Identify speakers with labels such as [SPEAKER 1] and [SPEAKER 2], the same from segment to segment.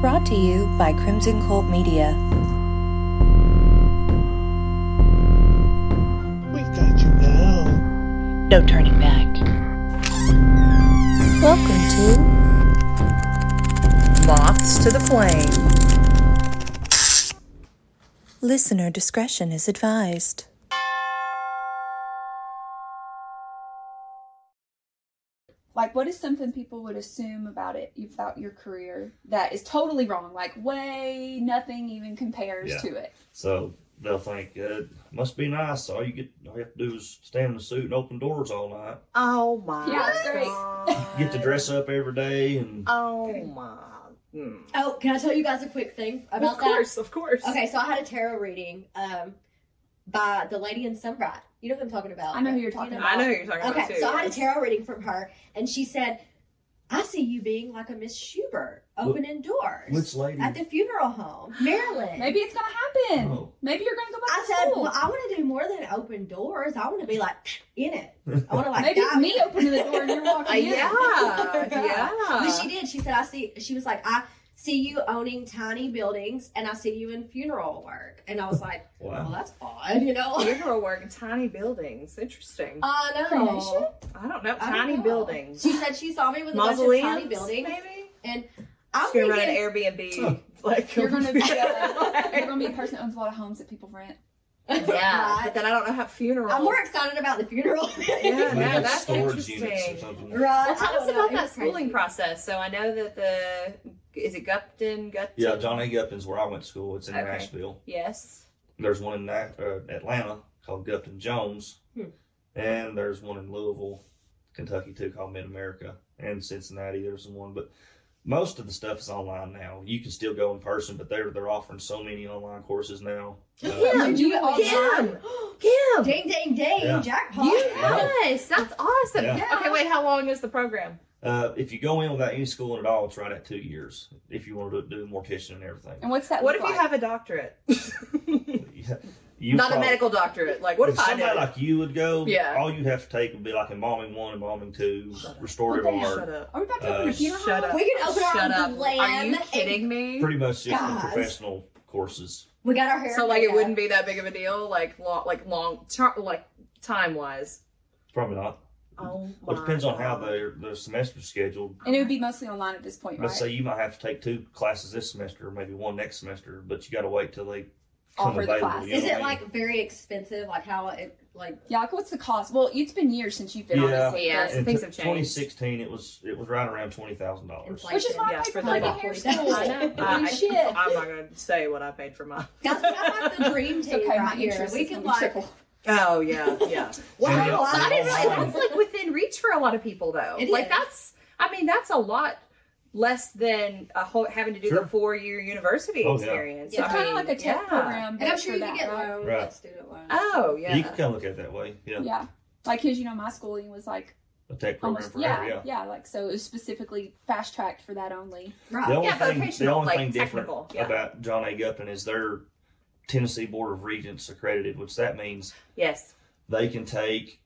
[SPEAKER 1] Brought to you by Crimson Cult Media.
[SPEAKER 2] We got you now.
[SPEAKER 3] No turning back.
[SPEAKER 1] Welcome to
[SPEAKER 3] Moths to the flame.
[SPEAKER 1] Listener Discretion is Advised.
[SPEAKER 4] like what is something people would assume about it about your career that is totally wrong like way nothing even compares
[SPEAKER 5] Yeah.
[SPEAKER 4] to it
[SPEAKER 5] So they'll think it must be nice. All you get, all you have to do is stand in a suit and open doors all night.
[SPEAKER 6] Oh my
[SPEAKER 4] Yeah, it's great.
[SPEAKER 6] god.
[SPEAKER 5] Get to dress up every day, and
[SPEAKER 6] Oh my. Hmm.
[SPEAKER 7] Oh, can I tell you guys a quick thing about
[SPEAKER 6] Of course, of course.
[SPEAKER 7] that? Okay, so I had a tarot reading um, by the lady in Sunbright. You know who I'm talking about.
[SPEAKER 4] I know who
[SPEAKER 7] right?
[SPEAKER 4] you're talking
[SPEAKER 7] You
[SPEAKER 4] about.
[SPEAKER 6] I know who you're talking about
[SPEAKER 7] Okay,
[SPEAKER 6] too.
[SPEAKER 7] so I had a
[SPEAKER 6] yes.
[SPEAKER 7] tarot reading from her, and she said, "I see you being like a Miss Schubert, opening doors
[SPEAKER 5] which lady?
[SPEAKER 7] at the funeral home, Maryland."
[SPEAKER 4] maybe it's gonna happen
[SPEAKER 5] Oh.
[SPEAKER 4] maybe you're gonna go back
[SPEAKER 7] I
[SPEAKER 4] to
[SPEAKER 7] said,
[SPEAKER 4] school
[SPEAKER 7] "Well, I want to do more than open doors. I want to be like in it. I want to like
[SPEAKER 4] maybe it's
[SPEAKER 7] dive
[SPEAKER 4] me
[SPEAKER 7] in."
[SPEAKER 4] opening the door and you're
[SPEAKER 6] Uh,
[SPEAKER 4] walking in
[SPEAKER 6] yeah, yeah.
[SPEAKER 7] But
[SPEAKER 6] Uh-huh.
[SPEAKER 7] she did. She said, "I see." She was like, "I see you owning tiny buildings, and I see you in funeral work." And I was like, "Well,
[SPEAKER 5] wow.
[SPEAKER 7] that's odd, you know."
[SPEAKER 6] Funeral work in tiny buildings. Interesting.
[SPEAKER 7] I know.
[SPEAKER 4] Cremation?
[SPEAKER 6] I don't know.
[SPEAKER 7] Uh, I don't
[SPEAKER 6] Tiny
[SPEAKER 7] know.
[SPEAKER 6] buildings.
[SPEAKER 7] She said she saw me with a bunch of
[SPEAKER 6] Mausoleums.
[SPEAKER 7] tiny buildings,
[SPEAKER 6] Maybe.
[SPEAKER 7] and I'm
[SPEAKER 6] She's gonna run an
[SPEAKER 7] thinking,
[SPEAKER 6] Airbnb. Like
[SPEAKER 4] you're gonna be a, you're
[SPEAKER 6] like-
[SPEAKER 4] gonna be a person that owns a lot of homes that people rent
[SPEAKER 6] yeah.
[SPEAKER 7] Right.
[SPEAKER 6] But then I don't know how funeral.
[SPEAKER 7] I'm more excited about the funeral. right?
[SPEAKER 6] Yeah,
[SPEAKER 5] We
[SPEAKER 6] no,
[SPEAKER 5] have
[SPEAKER 6] that's
[SPEAKER 5] storage units or
[SPEAKER 6] interesting.
[SPEAKER 5] something.
[SPEAKER 7] I
[SPEAKER 6] Well, tell
[SPEAKER 7] don't
[SPEAKER 6] us
[SPEAKER 7] know.
[SPEAKER 6] about
[SPEAKER 7] It
[SPEAKER 6] that
[SPEAKER 7] was
[SPEAKER 6] schooling
[SPEAKER 7] crazy.
[SPEAKER 6] process. So I know that the is it Gupton, Gupton?
[SPEAKER 5] Yeah, John A. Gupton's where I went to school. It's in
[SPEAKER 6] Okay.
[SPEAKER 5] Nashville.
[SPEAKER 6] Yes.
[SPEAKER 5] There's one in Na- uh, Atlanta called Gupton Jones,
[SPEAKER 7] Hmm.
[SPEAKER 5] and there's one in Louisville, Kentucky too, called Mid America, and Cincinnati. There's one, but most of the stuff is online now. You can still go in person, but they're they're offering so many online courses now. Uh,
[SPEAKER 7] Yeah,
[SPEAKER 4] you
[SPEAKER 7] you
[SPEAKER 4] all-
[SPEAKER 6] Kim, Kim.
[SPEAKER 7] Ding, ding, ding!
[SPEAKER 5] Yeah.
[SPEAKER 7] Jackpot.
[SPEAKER 6] Yes, that's awesome.
[SPEAKER 5] Yeah.
[SPEAKER 6] Okay, wait. How long is the program?
[SPEAKER 5] Uh, if you go in without any schooling at all, it's right at two years. If you want to do mortician and everything,
[SPEAKER 4] and what's that
[SPEAKER 6] What if
[SPEAKER 4] look
[SPEAKER 6] you
[SPEAKER 4] like?
[SPEAKER 6] have a doctorate?
[SPEAKER 5] Yeah, you
[SPEAKER 6] Not a
[SPEAKER 5] probably-
[SPEAKER 6] medical doctorate. Like, what if, I
[SPEAKER 5] somebody
[SPEAKER 6] did?
[SPEAKER 5] like you would go?
[SPEAKER 6] Yeah.
[SPEAKER 5] all you'd have to take would be like embalming one, embalming two, restorative
[SPEAKER 6] Shut
[SPEAKER 5] art,
[SPEAKER 6] up.
[SPEAKER 4] are we back to opening
[SPEAKER 5] Uh,
[SPEAKER 4] a funeral
[SPEAKER 6] Shut
[SPEAKER 4] home?
[SPEAKER 6] up.
[SPEAKER 7] We can open our
[SPEAKER 6] Shut up.
[SPEAKER 7] own glam.
[SPEAKER 6] Are you
[SPEAKER 7] and-
[SPEAKER 6] kidding me?
[SPEAKER 5] pretty much just the
[SPEAKER 7] Guys.
[SPEAKER 5] professional courses.
[SPEAKER 7] We got our hair.
[SPEAKER 6] So like, it wouldn't be that big of a deal. Like long, like long, ter- like time wise.
[SPEAKER 5] Probably not.
[SPEAKER 6] Oh my.
[SPEAKER 5] Well, it depends on how their their semester's scheduled.
[SPEAKER 4] and it would be mostly online at this point right
[SPEAKER 5] Let's say you might have to take two classes this semester, maybe one next semester, but you got to wait till they come
[SPEAKER 4] Offer the
[SPEAKER 5] available.
[SPEAKER 4] class.
[SPEAKER 5] you know
[SPEAKER 7] Is
[SPEAKER 5] what I
[SPEAKER 7] it
[SPEAKER 5] mean?
[SPEAKER 7] like very expensive? Like how it like?
[SPEAKER 4] yeah like what's the cost well it's been years since you've been
[SPEAKER 5] Yeah.
[SPEAKER 4] honestly
[SPEAKER 6] Yeah.
[SPEAKER 4] but-
[SPEAKER 5] In
[SPEAKER 6] Things
[SPEAKER 5] t-
[SPEAKER 6] have changed.
[SPEAKER 5] 2016, it was it was right around twenty thousand dollars.
[SPEAKER 7] Inflation.
[SPEAKER 4] which is why
[SPEAKER 6] Yeah,
[SPEAKER 4] I paid
[SPEAKER 6] for
[SPEAKER 4] for
[SPEAKER 6] the
[SPEAKER 4] my
[SPEAKER 6] bottom.
[SPEAKER 4] hair
[SPEAKER 7] I know.
[SPEAKER 4] school.
[SPEAKER 6] I know.
[SPEAKER 4] Holy
[SPEAKER 6] I,
[SPEAKER 4] shit.
[SPEAKER 6] I'm not going to say what I paid for mine.
[SPEAKER 7] That's kind of like the dream team
[SPEAKER 4] okay, my
[SPEAKER 7] right here.
[SPEAKER 4] interest
[SPEAKER 7] We
[SPEAKER 4] is
[SPEAKER 7] can
[SPEAKER 4] gonna be
[SPEAKER 7] like.
[SPEAKER 4] triple.
[SPEAKER 6] Oh yeah, yeah.
[SPEAKER 5] Yeah.
[SPEAKER 7] Wow, I
[SPEAKER 5] Yeah.
[SPEAKER 7] didn't realize that
[SPEAKER 6] That's like within reach for a lot of people, though.
[SPEAKER 7] It
[SPEAKER 6] like
[SPEAKER 7] is.
[SPEAKER 6] that's, I mean, that's a lot less than a whole, having to do
[SPEAKER 5] Sure.
[SPEAKER 6] the four year university
[SPEAKER 5] Oh, yeah.
[SPEAKER 6] experience.
[SPEAKER 7] Yeah,
[SPEAKER 6] I
[SPEAKER 4] It's kind of like a
[SPEAKER 6] mean,
[SPEAKER 4] tech
[SPEAKER 6] yeah.
[SPEAKER 4] program.
[SPEAKER 7] And
[SPEAKER 4] but
[SPEAKER 7] I'm
[SPEAKER 4] for
[SPEAKER 7] sure you
[SPEAKER 4] that,
[SPEAKER 7] can get
[SPEAKER 4] right?
[SPEAKER 7] loans,
[SPEAKER 5] Right.
[SPEAKER 7] like student loans.
[SPEAKER 6] Oh yeah.
[SPEAKER 5] You can kind of look at it that way. Yeah,
[SPEAKER 4] Yeah. Like, cause you know, my schooling was like
[SPEAKER 5] a tech program
[SPEAKER 4] almost,
[SPEAKER 5] forever.
[SPEAKER 4] yeah,
[SPEAKER 5] Yeah.
[SPEAKER 4] yeah, Like, so it was specifically fast tracked for that only.
[SPEAKER 7] right.
[SPEAKER 5] The only
[SPEAKER 6] Yeah,
[SPEAKER 5] thing, the
[SPEAKER 6] vocational,
[SPEAKER 5] only
[SPEAKER 6] like,
[SPEAKER 5] thing different
[SPEAKER 6] technical, yeah.
[SPEAKER 5] about John A. Gupton is they're Tennessee Board of Regents accredited, which that means
[SPEAKER 6] Yes.
[SPEAKER 5] they can take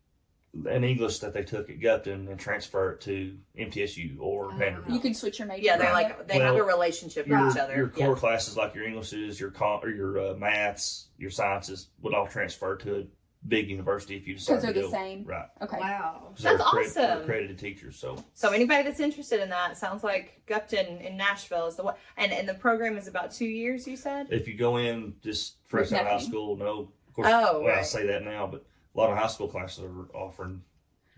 [SPEAKER 5] an English that they took at Gupton and transfer it to MTSU or
[SPEAKER 7] Oh.
[SPEAKER 5] Vanderbilt.
[SPEAKER 4] You can switch your major.
[SPEAKER 6] Yeah, they're
[SPEAKER 4] right?
[SPEAKER 6] like they have a
[SPEAKER 5] Well,
[SPEAKER 6] relationship
[SPEAKER 5] your,
[SPEAKER 6] with each other.
[SPEAKER 5] your
[SPEAKER 6] Yeah.
[SPEAKER 5] core classes like your Englishes, your con- or your uh, maths, your sciences would all transfer to a big university if you decide
[SPEAKER 4] because they're
[SPEAKER 5] to
[SPEAKER 4] the
[SPEAKER 5] go.
[SPEAKER 4] same.
[SPEAKER 5] Right.
[SPEAKER 4] Okay.
[SPEAKER 7] Wow.
[SPEAKER 5] 'Cause they're
[SPEAKER 6] That's
[SPEAKER 5] accredited- they're
[SPEAKER 6] awesome.
[SPEAKER 5] Accredited teachers, so
[SPEAKER 6] So anybody that's interested in that sounds like Gupton in Nashville is the one, and and the program is about two years. You said.
[SPEAKER 5] if you go in just fresh out of high
[SPEAKER 4] Nothing.
[SPEAKER 5] school, no. Of course,
[SPEAKER 6] Oh,
[SPEAKER 5] well, I
[SPEAKER 6] right.
[SPEAKER 5] say that now, but a lot of high school classes are offering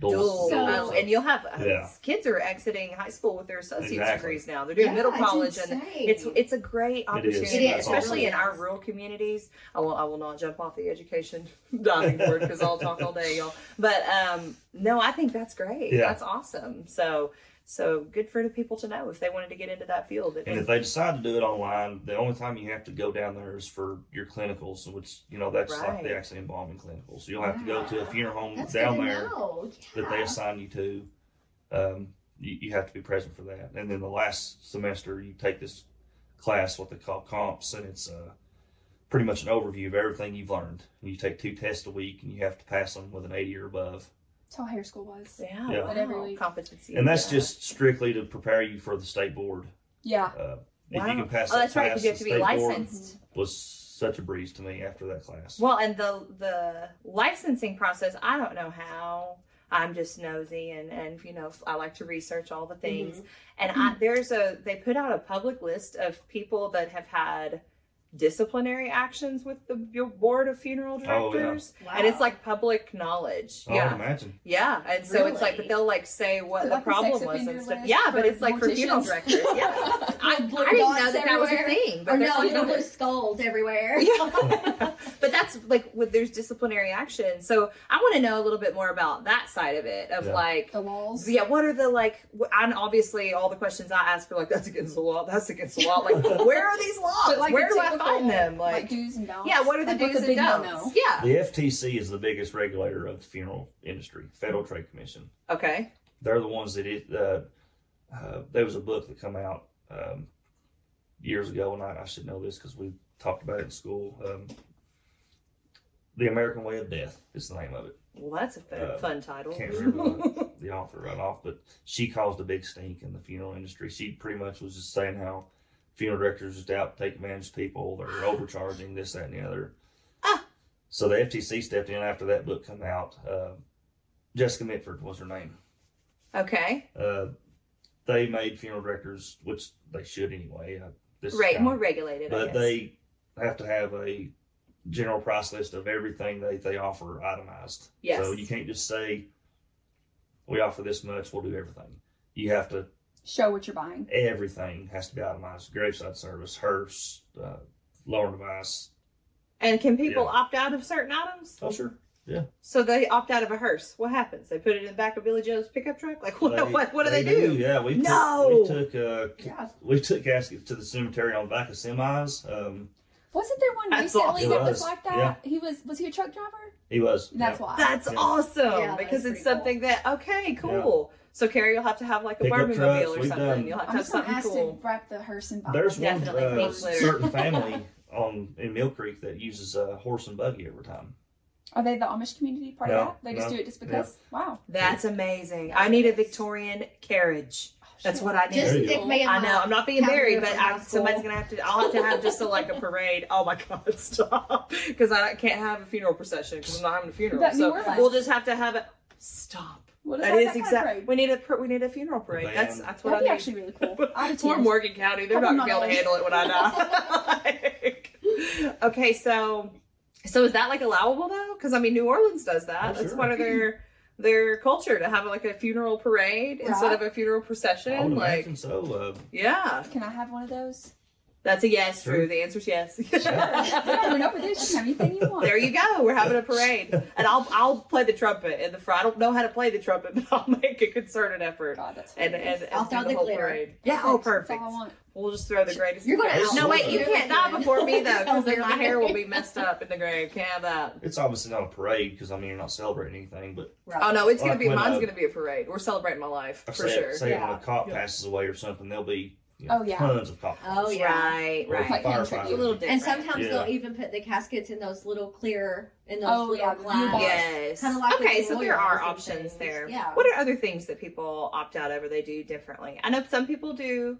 [SPEAKER 5] dual.
[SPEAKER 6] Dual.
[SPEAKER 4] So-
[SPEAKER 6] oh, and you'll have uh,
[SPEAKER 5] Yeah.
[SPEAKER 6] kids are exiting high school with their associate's
[SPEAKER 5] Exactly.
[SPEAKER 6] degrees now. They're doing middle college and It's it's a great
[SPEAKER 5] It is.
[SPEAKER 6] opportunity,
[SPEAKER 7] It is.
[SPEAKER 6] especially
[SPEAKER 7] It
[SPEAKER 6] in our
[SPEAKER 7] is.
[SPEAKER 6] rural communities. I will I will not jump off the education diving board because I'll talk all day, y'all. But um, no, I think that's great.
[SPEAKER 5] Yeah.
[SPEAKER 6] That's awesome. So so good for the people to know if they wanted to get into that field. It
[SPEAKER 5] And if
[SPEAKER 6] is-
[SPEAKER 5] they decide to do it online, the only time you have to go down there is for your clinicals, which you know that's like
[SPEAKER 6] Right. Ah,
[SPEAKER 5] the actually embalming clinicals. So you'll have to go to a funeral home
[SPEAKER 7] That's
[SPEAKER 5] down
[SPEAKER 7] good to
[SPEAKER 5] there
[SPEAKER 7] know.
[SPEAKER 5] that they
[SPEAKER 6] Uh-huh.
[SPEAKER 7] Yeah.
[SPEAKER 5] assign you to. Um, you, you have to be present for that. And then the last semester, you take this class, what they call comps, and it's uh, pretty much an overview of everything you've learned. And you take two tests a week, and you have to pass them with an 80 or above.
[SPEAKER 4] That's how hair school was.
[SPEAKER 6] yeah,
[SPEAKER 5] Yeah.
[SPEAKER 4] But every
[SPEAKER 6] wow,
[SPEAKER 4] week.
[SPEAKER 6] competency,
[SPEAKER 5] And that's
[SPEAKER 6] yeah.
[SPEAKER 5] just strictly to prepare you for the state board.
[SPEAKER 4] Yeah.
[SPEAKER 5] Uh, If you
[SPEAKER 6] Wow.
[SPEAKER 5] can pass
[SPEAKER 6] Oh,
[SPEAKER 5] that
[SPEAKER 6] that's right,
[SPEAKER 5] class,
[SPEAKER 6] 'cause you have
[SPEAKER 5] the
[SPEAKER 6] to be
[SPEAKER 5] state board
[SPEAKER 6] licensed.
[SPEAKER 5] Was such a breeze to me after that class.
[SPEAKER 6] Well, and the the licensing process, I don't know how. I'm just nosy and and you know I like to research all the things. And I, there's a they put out a public list of people that have had disciplinary actions with the your board of funeral
[SPEAKER 5] yeah. Oh,
[SPEAKER 6] directors, and it's
[SPEAKER 7] Wow.
[SPEAKER 6] like public knowledge.
[SPEAKER 5] I
[SPEAKER 6] yeah.
[SPEAKER 5] would imagine.
[SPEAKER 6] Yeah, and so it's like, but
[SPEAKER 7] Really?
[SPEAKER 6] they'll like say what
[SPEAKER 4] So
[SPEAKER 6] the
[SPEAKER 4] like the
[SPEAKER 6] problem
[SPEAKER 4] sex
[SPEAKER 6] was and
[SPEAKER 4] offender
[SPEAKER 6] stuff.
[SPEAKER 4] list
[SPEAKER 6] Yeah, but
[SPEAKER 4] for
[SPEAKER 6] it's like for funeral
[SPEAKER 4] morticians.
[SPEAKER 6] directors. Yeah, I, I didn't
[SPEAKER 7] Blue
[SPEAKER 6] know
[SPEAKER 7] dots
[SPEAKER 6] that that was a
[SPEAKER 7] everywhere.
[SPEAKER 6] thing. But
[SPEAKER 7] Or
[SPEAKER 6] there's
[SPEAKER 7] no,
[SPEAKER 6] like-
[SPEAKER 7] you blue skulls everywhere.
[SPEAKER 6] yeah. but that's like with there's disciplinary action. So I want to know a little bit more about that side of it of
[SPEAKER 5] Yeah.
[SPEAKER 6] like
[SPEAKER 4] The laws.
[SPEAKER 6] yeah, what are the like? wh- And obviously, all the questions I ask are like, "That's against the law. That's against the law." Like, where are these laws?
[SPEAKER 4] But, like,
[SPEAKER 6] where
[SPEAKER 4] the
[SPEAKER 6] do I
[SPEAKER 4] typical,
[SPEAKER 6] find them? Like,
[SPEAKER 4] do's and don'ts.
[SPEAKER 6] yeah, what are the
[SPEAKER 4] Like, what's
[SPEAKER 6] do's
[SPEAKER 4] a
[SPEAKER 6] and
[SPEAKER 4] big
[SPEAKER 6] don'ts?
[SPEAKER 4] no-no?
[SPEAKER 6] Yeah.
[SPEAKER 5] The FTC is the biggest regulator of the funeral industry, Federal Trade Commission.
[SPEAKER 6] Okay.
[SPEAKER 5] They're the ones that it. Uh, uh, there was a book that come out um, years ago, and I, I should know this because we talked about it in school. Um, the American Way of Death is the name of it.
[SPEAKER 6] Well, that's a fun,
[SPEAKER 5] Uh,
[SPEAKER 6] fun title.
[SPEAKER 5] Can't remember the, the author right off, but she caused a big stink in the funeral industry. She pretty much was just saying how funeral directors just out to take advantage of people, they're overcharging this, that, and the other.
[SPEAKER 6] Ah.
[SPEAKER 5] So the FTC stepped in after that book come out. Uh, Jessica Mitford was her name.
[SPEAKER 6] okay.
[SPEAKER 5] Uh, they made funeral directors, which they should anyway. Uh, this is
[SPEAKER 6] Right.
[SPEAKER 5] kinda-
[SPEAKER 6] More regulated. I
[SPEAKER 5] but
[SPEAKER 6] guess.
[SPEAKER 5] they have to have a general price list of everything they, they offer itemized.
[SPEAKER 6] Yes.
[SPEAKER 5] So you can't just say, we offer this much, we'll do everything. You have to,
[SPEAKER 4] Show what you're buying.
[SPEAKER 5] everything has to be itemized graveside service, hearse, uh, lowering device.
[SPEAKER 6] And can people
[SPEAKER 5] Yeah.
[SPEAKER 6] opt out of certain items?
[SPEAKER 5] Oh, sure.
[SPEAKER 6] So they opt out of a hearse. What happens? They put it in the back of Billy Joe's pickup truck. Like what? what, what do they, do?
[SPEAKER 5] Yeah, we
[SPEAKER 6] No!
[SPEAKER 5] took, we took uh,
[SPEAKER 4] Yeah.
[SPEAKER 5] we took caskets to the cemetery on the back of semis. Um,
[SPEAKER 4] Wasn't there one
[SPEAKER 6] That's
[SPEAKER 4] recently
[SPEAKER 5] awesome.
[SPEAKER 4] that
[SPEAKER 5] It
[SPEAKER 4] was,
[SPEAKER 5] was,
[SPEAKER 4] like that?
[SPEAKER 5] yeah.
[SPEAKER 4] He was. Was he a truck driver?
[SPEAKER 5] he was.
[SPEAKER 4] That's
[SPEAKER 5] yeah.
[SPEAKER 4] why.
[SPEAKER 6] That's
[SPEAKER 5] Yeah.
[SPEAKER 6] awesome
[SPEAKER 7] Yeah, that
[SPEAKER 6] because
[SPEAKER 7] is
[SPEAKER 6] it's
[SPEAKER 7] pretty
[SPEAKER 6] something that okay, cool. So Carrie, you'll have to have like a
[SPEAKER 5] Pickup
[SPEAKER 6] barbecue
[SPEAKER 5] trucks,
[SPEAKER 6] or
[SPEAKER 5] we've
[SPEAKER 6] something.
[SPEAKER 5] done-
[SPEAKER 6] You'll have to
[SPEAKER 4] I'm
[SPEAKER 6] have
[SPEAKER 4] just gonna
[SPEAKER 6] something
[SPEAKER 4] ask
[SPEAKER 6] cool.
[SPEAKER 4] to wrap the hearse and bottle.
[SPEAKER 5] There's one
[SPEAKER 6] Definitely
[SPEAKER 5] uh,
[SPEAKER 6] meat litter.
[SPEAKER 5] certain family on in Mill Creek that uses a horse and buggy every time.
[SPEAKER 4] Are they the Amish community part
[SPEAKER 5] No,
[SPEAKER 4] of that? They just
[SPEAKER 5] no,
[SPEAKER 4] do it just
[SPEAKER 5] yeah.
[SPEAKER 4] because? Wow.
[SPEAKER 6] That's amazing. I need a Victorian carriage. That's what I need.
[SPEAKER 7] Oh, Just
[SPEAKER 5] There you
[SPEAKER 7] stick
[SPEAKER 5] go.
[SPEAKER 7] me in
[SPEAKER 6] I know.
[SPEAKER 7] my-
[SPEAKER 6] I'm not being
[SPEAKER 7] Calendar
[SPEAKER 6] buried, but
[SPEAKER 7] from
[SPEAKER 6] I,
[SPEAKER 7] high school.
[SPEAKER 6] somebody's gonna have to. I'll have to have just a, like a parade. Oh my god, stop! Because I can't have a funeral procession because I'm not having a funeral.
[SPEAKER 4] That New
[SPEAKER 6] so
[SPEAKER 4] Orleans.
[SPEAKER 6] we'll just have to have it. Stop.
[SPEAKER 4] What
[SPEAKER 6] That is exactly. We need a par- we need a funeral parade.
[SPEAKER 5] Man.
[SPEAKER 6] That's that's what
[SPEAKER 4] That'd be
[SPEAKER 6] I need.
[SPEAKER 4] actually really cool. I'd attend.
[SPEAKER 6] Poor Morgan County, they're not
[SPEAKER 4] Probably
[SPEAKER 6] gonna be able to
[SPEAKER 4] not.
[SPEAKER 6] handle it when I die. Like, okay, so so is that like allowable though? Because I mean, New Orleans does that.
[SPEAKER 5] Oh,
[SPEAKER 6] That's
[SPEAKER 5] sure.
[SPEAKER 6] part of their their culture to have like a funeral parade instead of a funeral
[SPEAKER 5] I would
[SPEAKER 6] procession. Like,
[SPEAKER 5] imagine so. Uh,
[SPEAKER 6] yeah,
[SPEAKER 4] Can I have one of those?
[SPEAKER 6] that's a yes,
[SPEAKER 5] Sure.
[SPEAKER 6] Drew. The answer's yes.
[SPEAKER 4] Coming up with this, you can have anything you want.
[SPEAKER 6] There you go. We're having a parade, and I'll I'll play the trumpet and the fr- I don't know how to play the trumpet, but I'll make a concerted effort
[SPEAKER 4] God, that's
[SPEAKER 6] and and, and
[SPEAKER 7] I'll
[SPEAKER 6] do
[SPEAKER 7] throw the
[SPEAKER 6] whole
[SPEAKER 7] glitter.
[SPEAKER 6] parade. Yeah, oh,
[SPEAKER 4] That's
[SPEAKER 6] perfect.
[SPEAKER 4] all I want.
[SPEAKER 6] We'll just throw the greatest.
[SPEAKER 7] You're gonna
[SPEAKER 5] It's
[SPEAKER 6] No,
[SPEAKER 5] out-
[SPEAKER 6] wait, you
[SPEAKER 5] You're
[SPEAKER 6] can't die before me though, because then my
[SPEAKER 7] You're
[SPEAKER 6] hair
[SPEAKER 7] right.
[SPEAKER 6] will be messed up in the grave. Can't have that.
[SPEAKER 5] it's obviously not a parade because I mean you're not celebrating anything, but
[SPEAKER 6] Oh no, it's gonna
[SPEAKER 5] Like
[SPEAKER 6] be
[SPEAKER 5] when,
[SPEAKER 6] mine's
[SPEAKER 5] uh,
[SPEAKER 6] gonna be a parade. We're celebrating my life
[SPEAKER 5] I
[SPEAKER 6] for
[SPEAKER 5] say,
[SPEAKER 6] sure.
[SPEAKER 5] say when
[SPEAKER 7] Yeah.
[SPEAKER 5] a cop
[SPEAKER 6] Yeah.
[SPEAKER 5] passes away or something, there'll be you know,
[SPEAKER 4] Oh, yeah.
[SPEAKER 5] tons of cop.
[SPEAKER 7] Oh yeah.
[SPEAKER 6] Right,
[SPEAKER 5] Or
[SPEAKER 6] right.
[SPEAKER 4] Like country.
[SPEAKER 5] firefighters.
[SPEAKER 6] It's a little different.
[SPEAKER 7] And sometimes
[SPEAKER 5] Yeah.
[SPEAKER 7] they'll even put the caskets in those little clear in those
[SPEAKER 4] Oh,
[SPEAKER 7] little
[SPEAKER 4] yeah, the blue
[SPEAKER 7] glass.
[SPEAKER 4] box.
[SPEAKER 6] Yes.
[SPEAKER 7] Kinda like
[SPEAKER 6] okay,
[SPEAKER 7] with
[SPEAKER 6] so there are
[SPEAKER 7] lawyers and
[SPEAKER 6] options
[SPEAKER 7] things.
[SPEAKER 6] there.
[SPEAKER 7] Yeah.
[SPEAKER 6] What are other things that people opt out of or they do differently? I know some people do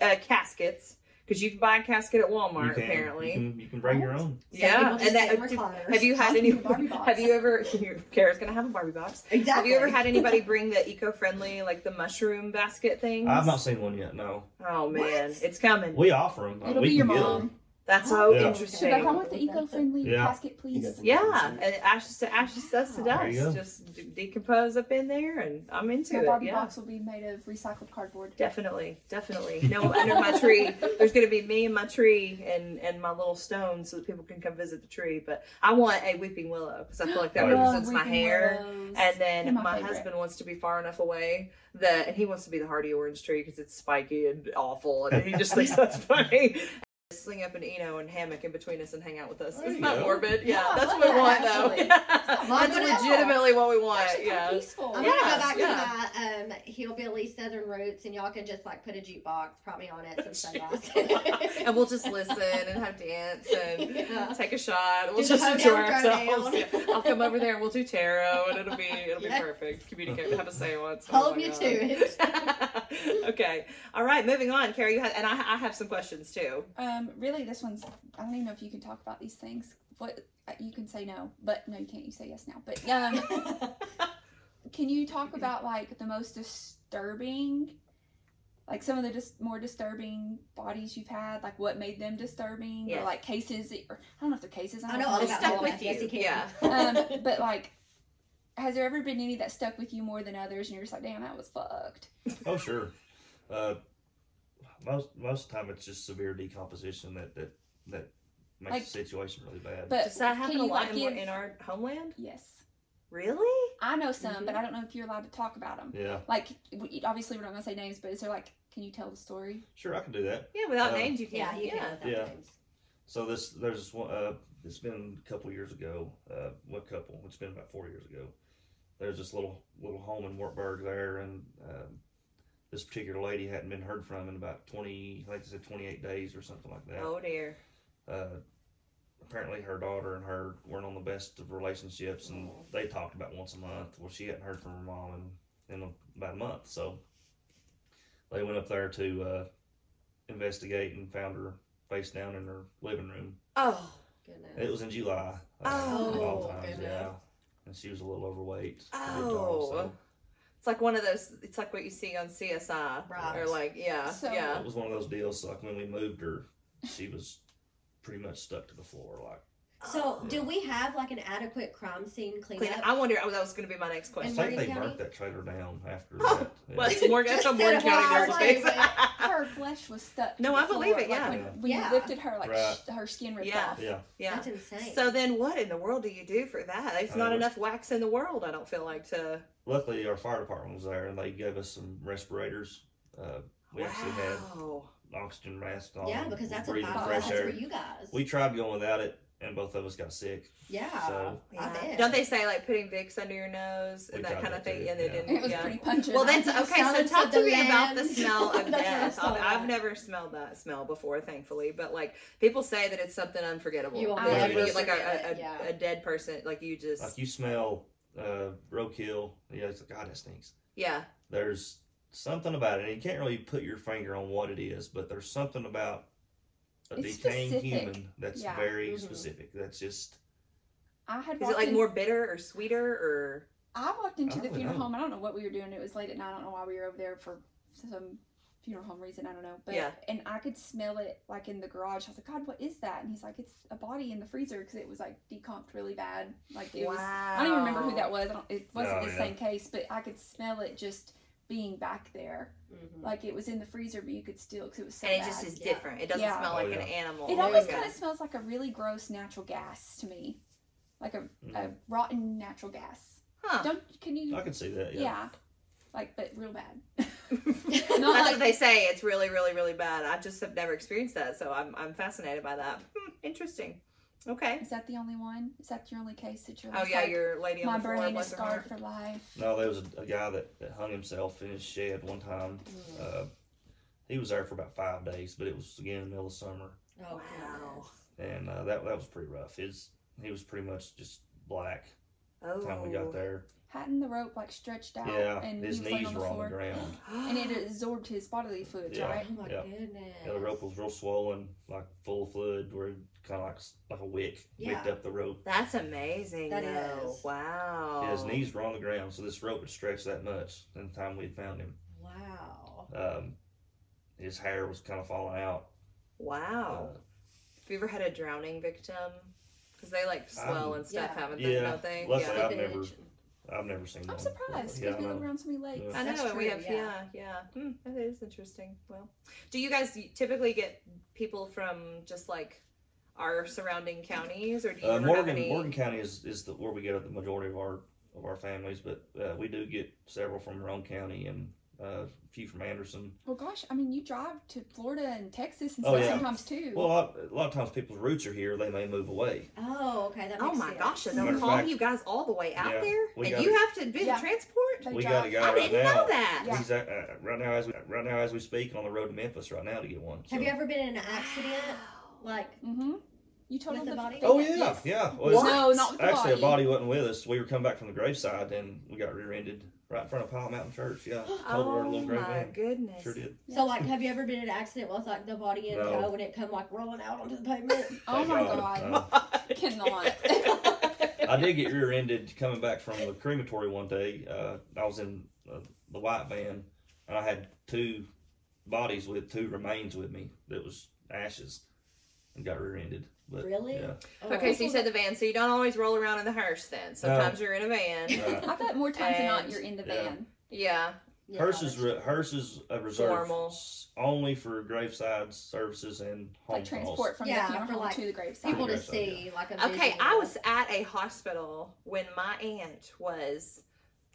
[SPEAKER 6] uh, caskets because you can buy a casket at Walmart
[SPEAKER 5] you can,
[SPEAKER 6] apparently.
[SPEAKER 5] You can, you can bring your own.
[SPEAKER 7] Some
[SPEAKER 6] yeah,
[SPEAKER 7] people just
[SPEAKER 6] and that-
[SPEAKER 7] sit in
[SPEAKER 6] do-
[SPEAKER 7] recliners.
[SPEAKER 6] Have you had
[SPEAKER 4] I'll
[SPEAKER 6] any?
[SPEAKER 4] do a Barbie box.
[SPEAKER 6] Have you ever? Kara's gonna have a Barbie box. Have
[SPEAKER 7] Exactly.
[SPEAKER 6] you ever had anybody bring the eco-friendly, like the mushroom basket things?
[SPEAKER 5] I've not seen one yet. No,
[SPEAKER 6] Oh man,
[SPEAKER 4] What?
[SPEAKER 6] it's coming.
[SPEAKER 5] we offer them.
[SPEAKER 4] It'll
[SPEAKER 5] we
[SPEAKER 4] be your
[SPEAKER 5] can get
[SPEAKER 4] mom.
[SPEAKER 5] 'em.
[SPEAKER 6] That's so
[SPEAKER 5] Yeah.
[SPEAKER 4] She's like, I
[SPEAKER 6] interesting.
[SPEAKER 4] want the eco-friendly
[SPEAKER 5] Yeah.
[SPEAKER 4] casket, please.
[SPEAKER 6] Yeah, and ashes to ashes, dust to
[SPEAKER 4] Wow.
[SPEAKER 5] Oh, There you
[SPEAKER 6] dust.
[SPEAKER 5] go.
[SPEAKER 6] Just d- decompose up in there, and I'm into
[SPEAKER 4] My
[SPEAKER 6] it.
[SPEAKER 4] Barbie
[SPEAKER 6] Yeah.
[SPEAKER 4] box will be made of recycled cardboard.
[SPEAKER 6] Definitely, definitely. No, under my tree, there's going to be me and my tree and and my little stone, so that people can come visit the tree. But I want a weeping willow because I feel like that
[SPEAKER 5] Oh, yeah.
[SPEAKER 6] represents my
[SPEAKER 4] Weeping
[SPEAKER 6] hair.
[SPEAKER 4] willows.
[SPEAKER 6] And then
[SPEAKER 4] They're
[SPEAKER 6] my,
[SPEAKER 4] favorite.
[SPEAKER 6] husband wants to be far enough away that and he wants to be the hardy orange tree because it's spiky and awful, and he just thinks that's funny. sling up an Eno and hammock in between us and hang out with us.
[SPEAKER 5] There
[SPEAKER 6] It's
[SPEAKER 5] you
[SPEAKER 6] not
[SPEAKER 5] go.
[SPEAKER 6] morbid. Yeah,
[SPEAKER 4] Yeah, I
[SPEAKER 6] that's
[SPEAKER 4] love
[SPEAKER 6] what we
[SPEAKER 4] that,
[SPEAKER 6] want though.
[SPEAKER 4] actually.
[SPEAKER 6] Yeah.
[SPEAKER 4] not
[SPEAKER 6] That's
[SPEAKER 4] morbid at all.
[SPEAKER 6] legitimately what we want.
[SPEAKER 4] Actually, kinda
[SPEAKER 6] Yeah.
[SPEAKER 4] peaceful.
[SPEAKER 7] I'm
[SPEAKER 6] Oh, Yeah.
[SPEAKER 7] gonna go back
[SPEAKER 6] yeah.
[SPEAKER 7] to my um, hillbilly southern roots, and y'all can just like put a jukebox, probably on it, some sunglasses.
[SPEAKER 6] and we'll just listen and have dance and
[SPEAKER 7] Yeah.
[SPEAKER 6] take a shot. We'll
[SPEAKER 7] Do the
[SPEAKER 6] just
[SPEAKER 7] hoedown,
[SPEAKER 6] enjoy
[SPEAKER 7] go
[SPEAKER 6] ourselves.
[SPEAKER 7] down.
[SPEAKER 6] Yeah. I'll come over there and we'll do tarot and it'll be it'll be
[SPEAKER 7] Yes.
[SPEAKER 6] perfect. Communicate, have a seance.
[SPEAKER 7] Hold
[SPEAKER 6] my
[SPEAKER 7] me to
[SPEAKER 6] God. okay. All right. Moving on, Carrie. You had, and I, I have some questions too.
[SPEAKER 4] Um, really, this one's. I don't even know if you can talk about these things. What uh, you can say no, but no, you can't. You say yes now. But um, can you talk about like the most disturbing, like some of the dis- more disturbing bodies you've had? Like what made them disturbing,
[SPEAKER 6] Yes.
[SPEAKER 4] or like cases? that- Or I don't know if they're cases.
[SPEAKER 7] I know all
[SPEAKER 6] They
[SPEAKER 7] about
[SPEAKER 6] stuck
[SPEAKER 7] all
[SPEAKER 6] with
[SPEAKER 7] that.
[SPEAKER 6] you.
[SPEAKER 7] Yes, he can.
[SPEAKER 6] Yeah.
[SPEAKER 4] Um, but like, has there ever been any that stuck with you more than others, and you're just like, damn, that was fucked.
[SPEAKER 5] Oh sure. Uh, most most of the time it's just severe decomposition that that that makes
[SPEAKER 4] Like-
[SPEAKER 5] the situation really bad.
[SPEAKER 4] But
[SPEAKER 6] Does that happen
[SPEAKER 4] can
[SPEAKER 6] a
[SPEAKER 4] you
[SPEAKER 6] lot
[SPEAKER 4] like
[SPEAKER 6] in,
[SPEAKER 4] give-
[SPEAKER 6] in our homeland?
[SPEAKER 4] Yes,
[SPEAKER 6] Really?
[SPEAKER 4] I know some,
[SPEAKER 6] Mm-hmm.
[SPEAKER 4] but I don't know if you're allowed to talk about them.
[SPEAKER 5] yeah,
[SPEAKER 4] like we, obviously we're not gonna say names, but is there like can you tell the story?
[SPEAKER 5] sure I can do that.
[SPEAKER 6] Yeah. Without
[SPEAKER 5] Uh,
[SPEAKER 6] names, you can.
[SPEAKER 7] yeah, you can.
[SPEAKER 5] Yeah.
[SPEAKER 7] sometimes.
[SPEAKER 5] So this there's this one. Uh, it's been a couple years ago. Uh, one couple. It's been about four years ago. There's this little little home in Wartburg there, and um, this particular lady hadn't been heard from in about twenty, I think they said twenty eight days or something like that.
[SPEAKER 6] Oh dear.
[SPEAKER 5] Uh, apparently, her daughter and her weren't on the best of relationships, and they talked about once a month. Well, she hadn't heard from her mom in, in about a month, so they went up there to uh, investigate and found her face down in her living room.
[SPEAKER 6] Oh.
[SPEAKER 5] It
[SPEAKER 7] Goodness.
[SPEAKER 5] was in July. Uh,
[SPEAKER 6] Oh,
[SPEAKER 5] of all times,
[SPEAKER 7] goodness.
[SPEAKER 5] yeah. And she was a little overweight. at the time,
[SPEAKER 6] Oh.
[SPEAKER 5] so
[SPEAKER 6] It's like one of those. It's like what you see on CSI.
[SPEAKER 7] Right.
[SPEAKER 6] Or like, yeah,
[SPEAKER 4] So-
[SPEAKER 6] yeah.
[SPEAKER 5] It was one of those deals. Like when we moved her, she was pretty much stuck to the floor. Like
[SPEAKER 7] So, do we have like an adequate crime scene
[SPEAKER 6] Clean
[SPEAKER 7] cleanup?
[SPEAKER 6] I wonder. oh, That was going to be my next
[SPEAKER 5] I
[SPEAKER 6] question.
[SPEAKER 7] In
[SPEAKER 5] think
[SPEAKER 7] Morgan
[SPEAKER 5] they
[SPEAKER 7] County?
[SPEAKER 5] burnt that trailer down after
[SPEAKER 6] Oh,
[SPEAKER 5] that. yeah.
[SPEAKER 6] Well, it's more that's a
[SPEAKER 7] Just
[SPEAKER 6] Morgan
[SPEAKER 7] said it while I
[SPEAKER 6] County
[SPEAKER 7] was
[SPEAKER 6] nurse
[SPEAKER 7] like,
[SPEAKER 6] case.
[SPEAKER 4] Her flesh was stuck. to
[SPEAKER 6] No,
[SPEAKER 4] the
[SPEAKER 6] I believe
[SPEAKER 4] floor,
[SPEAKER 6] it,
[SPEAKER 4] like,
[SPEAKER 6] yeah.
[SPEAKER 4] when, when
[SPEAKER 7] Yeah.
[SPEAKER 4] you lifted her, like
[SPEAKER 5] Right.
[SPEAKER 4] sh- her skin ripped
[SPEAKER 6] Yeah.
[SPEAKER 4] off.
[SPEAKER 5] yeah.
[SPEAKER 6] yeah.
[SPEAKER 7] That's insane.
[SPEAKER 6] So then, what in the world do you do for that? There's
[SPEAKER 5] I
[SPEAKER 6] not
[SPEAKER 5] would-
[SPEAKER 6] enough wax in the world. I don't feel like to.
[SPEAKER 5] Luckily, our fire department was there, and they gave us some respirators. Uh, we actually had
[SPEAKER 6] Wow.
[SPEAKER 5] oxygen masks on.
[SPEAKER 7] yeah, because that's a
[SPEAKER 5] Oh, breathing
[SPEAKER 7] bypass
[SPEAKER 5] fresh
[SPEAKER 7] for
[SPEAKER 5] air.
[SPEAKER 7] you guys.
[SPEAKER 5] We tried going without it, and both of us got sick.
[SPEAKER 7] yeah.
[SPEAKER 5] So-
[SPEAKER 7] I
[SPEAKER 6] Yeah.
[SPEAKER 7] bet.
[SPEAKER 6] Don't they say like putting Vicks under your nose
[SPEAKER 5] We
[SPEAKER 6] and
[SPEAKER 5] tried
[SPEAKER 6] that kind of
[SPEAKER 5] that
[SPEAKER 6] thing?
[SPEAKER 5] too,
[SPEAKER 6] And they
[SPEAKER 5] yeah.
[SPEAKER 6] didn't.
[SPEAKER 4] It was
[SPEAKER 6] yeah.
[SPEAKER 4] pretty pungent.
[SPEAKER 6] Well, that's
[SPEAKER 7] The
[SPEAKER 6] okay. So
[SPEAKER 7] silence
[SPEAKER 6] talk
[SPEAKER 7] of
[SPEAKER 6] to
[SPEAKER 7] the
[SPEAKER 6] me about the
[SPEAKER 7] land.
[SPEAKER 6] smell of
[SPEAKER 7] That's what I
[SPEAKER 6] death.
[SPEAKER 7] saw
[SPEAKER 6] I've, I've
[SPEAKER 7] that.
[SPEAKER 6] never smelled that smell before, thankfully. But like people say that it's something unforgettable.
[SPEAKER 7] You won't
[SPEAKER 5] be
[SPEAKER 6] like,
[SPEAKER 5] able to
[SPEAKER 6] you- like
[SPEAKER 7] forget
[SPEAKER 6] a, a,
[SPEAKER 7] it, yeah.
[SPEAKER 6] a dead person, like you just
[SPEAKER 5] Like you smell uh, roadkill, yeah, it's like God, that stinks.
[SPEAKER 6] yeah.
[SPEAKER 5] there's something about it. And you can't really put your finger on what it is, but there's something about a
[SPEAKER 4] It's
[SPEAKER 5] decaying
[SPEAKER 4] specific.
[SPEAKER 5] human that's
[SPEAKER 4] Yeah.
[SPEAKER 5] very
[SPEAKER 7] Mhm.
[SPEAKER 5] specific. That's just
[SPEAKER 4] I had
[SPEAKER 6] Is
[SPEAKER 4] walked
[SPEAKER 6] it like
[SPEAKER 4] in-
[SPEAKER 6] more bitter or sweeter or?
[SPEAKER 4] I walked into
[SPEAKER 5] I
[SPEAKER 4] the
[SPEAKER 5] don't
[SPEAKER 4] funeral
[SPEAKER 5] know.
[SPEAKER 4] home. I don't know what we were doing. It was late at night. I don't know why we were over there for some funeral home reason. I don't know. But
[SPEAKER 6] Yeah.
[SPEAKER 4] and I could smell it like in the garage. I was like, God, what is that? And he's like, It's a body in the freezer because it was like decomped really bad. Like it was. I don't even remember who that was. I don't, it wasn't
[SPEAKER 5] Oh,
[SPEAKER 4] the
[SPEAKER 5] yeah.
[SPEAKER 4] same case, but I could smell it just being back there.
[SPEAKER 5] Uh,
[SPEAKER 7] Mhm.
[SPEAKER 4] Like it was in the freezer, but you could still because it was so
[SPEAKER 6] And it
[SPEAKER 4] bad.
[SPEAKER 6] just is
[SPEAKER 7] Yeah.
[SPEAKER 6] different. It doesn't
[SPEAKER 4] Yeah.
[SPEAKER 6] smell
[SPEAKER 5] Oh,
[SPEAKER 6] like
[SPEAKER 5] yeah.
[SPEAKER 6] an animal.
[SPEAKER 4] it always
[SPEAKER 6] Okay.
[SPEAKER 4] kind of smells like a really gross natural gas to me, like a, a
[SPEAKER 5] mm,
[SPEAKER 4] rotten natural gas.
[SPEAKER 6] Huh.
[SPEAKER 4] Don't can you?
[SPEAKER 5] I can see that.
[SPEAKER 4] yeah.
[SPEAKER 5] Yeah.
[SPEAKER 4] like but real bad.
[SPEAKER 6] That's
[SPEAKER 4] Not
[SPEAKER 6] what
[SPEAKER 4] like
[SPEAKER 6] they say. It's really, really, really bad. I just have never experienced that, so I'm, I'm fascinated by that. Hmm, interesting. Okay.
[SPEAKER 4] is that the only one? Is that your only case that you're?
[SPEAKER 6] Oh
[SPEAKER 4] just
[SPEAKER 6] yeah,
[SPEAKER 4] like,
[SPEAKER 6] your lady on
[SPEAKER 4] my
[SPEAKER 6] the floor.
[SPEAKER 4] brain is
[SPEAKER 6] bless her heart.
[SPEAKER 4] scarred for life.
[SPEAKER 5] No, there was a, a guy that, that hung himself in his shed one time. Uh, he was there for about five days, but it was again in the middle of summer,
[SPEAKER 7] Oh,
[SPEAKER 6] Wow.
[SPEAKER 7] goodness.
[SPEAKER 5] and uh, that that was pretty rough. His he was pretty much just black by
[SPEAKER 6] Oh.
[SPEAKER 5] the time we got there.
[SPEAKER 4] Hadn't the rope like stretched out?
[SPEAKER 5] Yeah,
[SPEAKER 4] and
[SPEAKER 5] his
[SPEAKER 4] he was laying
[SPEAKER 5] knees
[SPEAKER 4] on the
[SPEAKER 5] were on
[SPEAKER 4] floor,
[SPEAKER 5] the ground.
[SPEAKER 6] Oh.
[SPEAKER 4] and it absorbed his bodily fluids,
[SPEAKER 5] Yeah.
[SPEAKER 7] Oh
[SPEAKER 4] right?
[SPEAKER 7] my
[SPEAKER 5] Yeah.
[SPEAKER 7] goodness.
[SPEAKER 5] Yeah, the rope was real swollen, like full of fluid, where kind of like s- like a wick wicked
[SPEAKER 7] Yeah.
[SPEAKER 5] up the rope.
[SPEAKER 6] That's amazing.
[SPEAKER 7] That
[SPEAKER 6] though.
[SPEAKER 7] is.
[SPEAKER 6] Wow.
[SPEAKER 5] Yeah, his knees were on the ground, so this rope had stretched that much in the time we had found him.
[SPEAKER 7] Wow.
[SPEAKER 5] Um, his hair was kind of falling out.
[SPEAKER 6] Wow.
[SPEAKER 5] Uh,
[SPEAKER 6] Have you ever had a drowning victim? Because they like swell
[SPEAKER 5] Um,
[SPEAKER 6] and stuff,
[SPEAKER 7] yeah.
[SPEAKER 6] haven't they?
[SPEAKER 5] Yeah.
[SPEAKER 6] Don't they?
[SPEAKER 5] Luckily,
[SPEAKER 6] yeah.
[SPEAKER 5] I've
[SPEAKER 7] Sleeping
[SPEAKER 5] never-
[SPEAKER 7] agent.
[SPEAKER 5] I've never seen
[SPEAKER 4] I'm
[SPEAKER 5] one.
[SPEAKER 4] surprised
[SPEAKER 5] Mm-hmm. Yeah,
[SPEAKER 4] because we
[SPEAKER 5] I
[SPEAKER 4] live
[SPEAKER 5] know.
[SPEAKER 4] around so many lakes.
[SPEAKER 6] I know,
[SPEAKER 7] That's
[SPEAKER 6] and we
[SPEAKER 7] true,
[SPEAKER 6] have, yeah,
[SPEAKER 7] yeah.
[SPEAKER 6] yeah. Hmm, that is interesting. Well, do you guys typically get people from just like our surrounding counties, or do you
[SPEAKER 5] Uh,
[SPEAKER 6] ever have
[SPEAKER 5] Morgan,
[SPEAKER 6] any?
[SPEAKER 5] Morgan County is, is the, where we get the majority of our of our families, but uh, we do get several from Rome County and uh, a few from Anderson.
[SPEAKER 4] Well, gosh, I mean, you drive to Florida and Texas and
[SPEAKER 5] Oh,
[SPEAKER 4] stuff
[SPEAKER 5] yeah.
[SPEAKER 4] sometimes too.
[SPEAKER 5] Well, a lot, a lot of times people's roots are here. They may move away.
[SPEAKER 7] Oh, okay. That
[SPEAKER 6] Oh
[SPEAKER 7] makes
[SPEAKER 6] my
[SPEAKER 7] sense.
[SPEAKER 6] gosh, and they'll
[SPEAKER 5] Matter of
[SPEAKER 6] call
[SPEAKER 5] fact,
[SPEAKER 6] you guys all the way out
[SPEAKER 5] yeah,
[SPEAKER 6] there,
[SPEAKER 5] we
[SPEAKER 6] and
[SPEAKER 5] got
[SPEAKER 6] you
[SPEAKER 5] it.
[SPEAKER 6] have to do
[SPEAKER 4] Yeah.
[SPEAKER 6] the transport.
[SPEAKER 4] They
[SPEAKER 5] we
[SPEAKER 4] drive-
[SPEAKER 5] got a guy
[SPEAKER 6] I
[SPEAKER 5] right
[SPEAKER 6] didn't
[SPEAKER 5] now.
[SPEAKER 6] know that.
[SPEAKER 4] Yeah.
[SPEAKER 5] He's at, uh, right now as we, right now as we speak on the road to Memphis right now to get one.
[SPEAKER 7] Have
[SPEAKER 5] so.
[SPEAKER 7] you ever been in an accident? Like,
[SPEAKER 4] Mm-hmm. You told
[SPEAKER 7] With
[SPEAKER 4] them
[SPEAKER 7] the
[SPEAKER 4] the
[SPEAKER 7] body?
[SPEAKER 5] Oh yeah,
[SPEAKER 4] yes.
[SPEAKER 5] yeah.
[SPEAKER 6] What?
[SPEAKER 4] No, not with the
[SPEAKER 5] Actually, a
[SPEAKER 4] body.
[SPEAKER 5] body wasn't with us. We were coming back from the graveside, and we got rear-ended right in front of Pile Mountain Church. Yeah, total our
[SPEAKER 6] Oh
[SPEAKER 5] little grave
[SPEAKER 6] my
[SPEAKER 5] van.
[SPEAKER 6] goodness!
[SPEAKER 5] Sure did.
[SPEAKER 4] Yeah.
[SPEAKER 7] so like, have you ever been in an accident with like the body and
[SPEAKER 5] No.
[SPEAKER 7] go and it come like rolling out onto the pavement?
[SPEAKER 4] Oh
[SPEAKER 5] Thank
[SPEAKER 4] my
[SPEAKER 5] God.
[SPEAKER 4] god. Cannot.
[SPEAKER 5] Uh, I did get rear-ended coming back from the crematory one day. Uh, I was in uh, the white van, and I had two bodies with two remains with me that was ashes, and got rear-ended. But,
[SPEAKER 7] Really?
[SPEAKER 5] Yeah.
[SPEAKER 7] Oh.
[SPEAKER 6] Okay, so you said the van, so you don't always roll around in the hearse. Then sometimes you're in a van.
[SPEAKER 5] Right.
[SPEAKER 4] I bet more times than not
[SPEAKER 6] And-
[SPEAKER 4] you're in the
[SPEAKER 5] Yeah.
[SPEAKER 4] van.
[SPEAKER 6] Yeah.
[SPEAKER 7] Yeah,
[SPEAKER 5] Hers is
[SPEAKER 7] that's-
[SPEAKER 5] re- hers is a reserve
[SPEAKER 6] Formal.
[SPEAKER 5] s- only for graveside services and home
[SPEAKER 4] Like transport
[SPEAKER 5] calls.
[SPEAKER 4] from the
[SPEAKER 7] Yeah,
[SPEAKER 4] funeral
[SPEAKER 7] for
[SPEAKER 4] home
[SPEAKER 7] like
[SPEAKER 4] to the graveside.
[SPEAKER 7] people to
[SPEAKER 5] Congrats,
[SPEAKER 7] see. Like, a
[SPEAKER 6] Okay,
[SPEAKER 7] visual.
[SPEAKER 6] I was at a hospital when my aunt was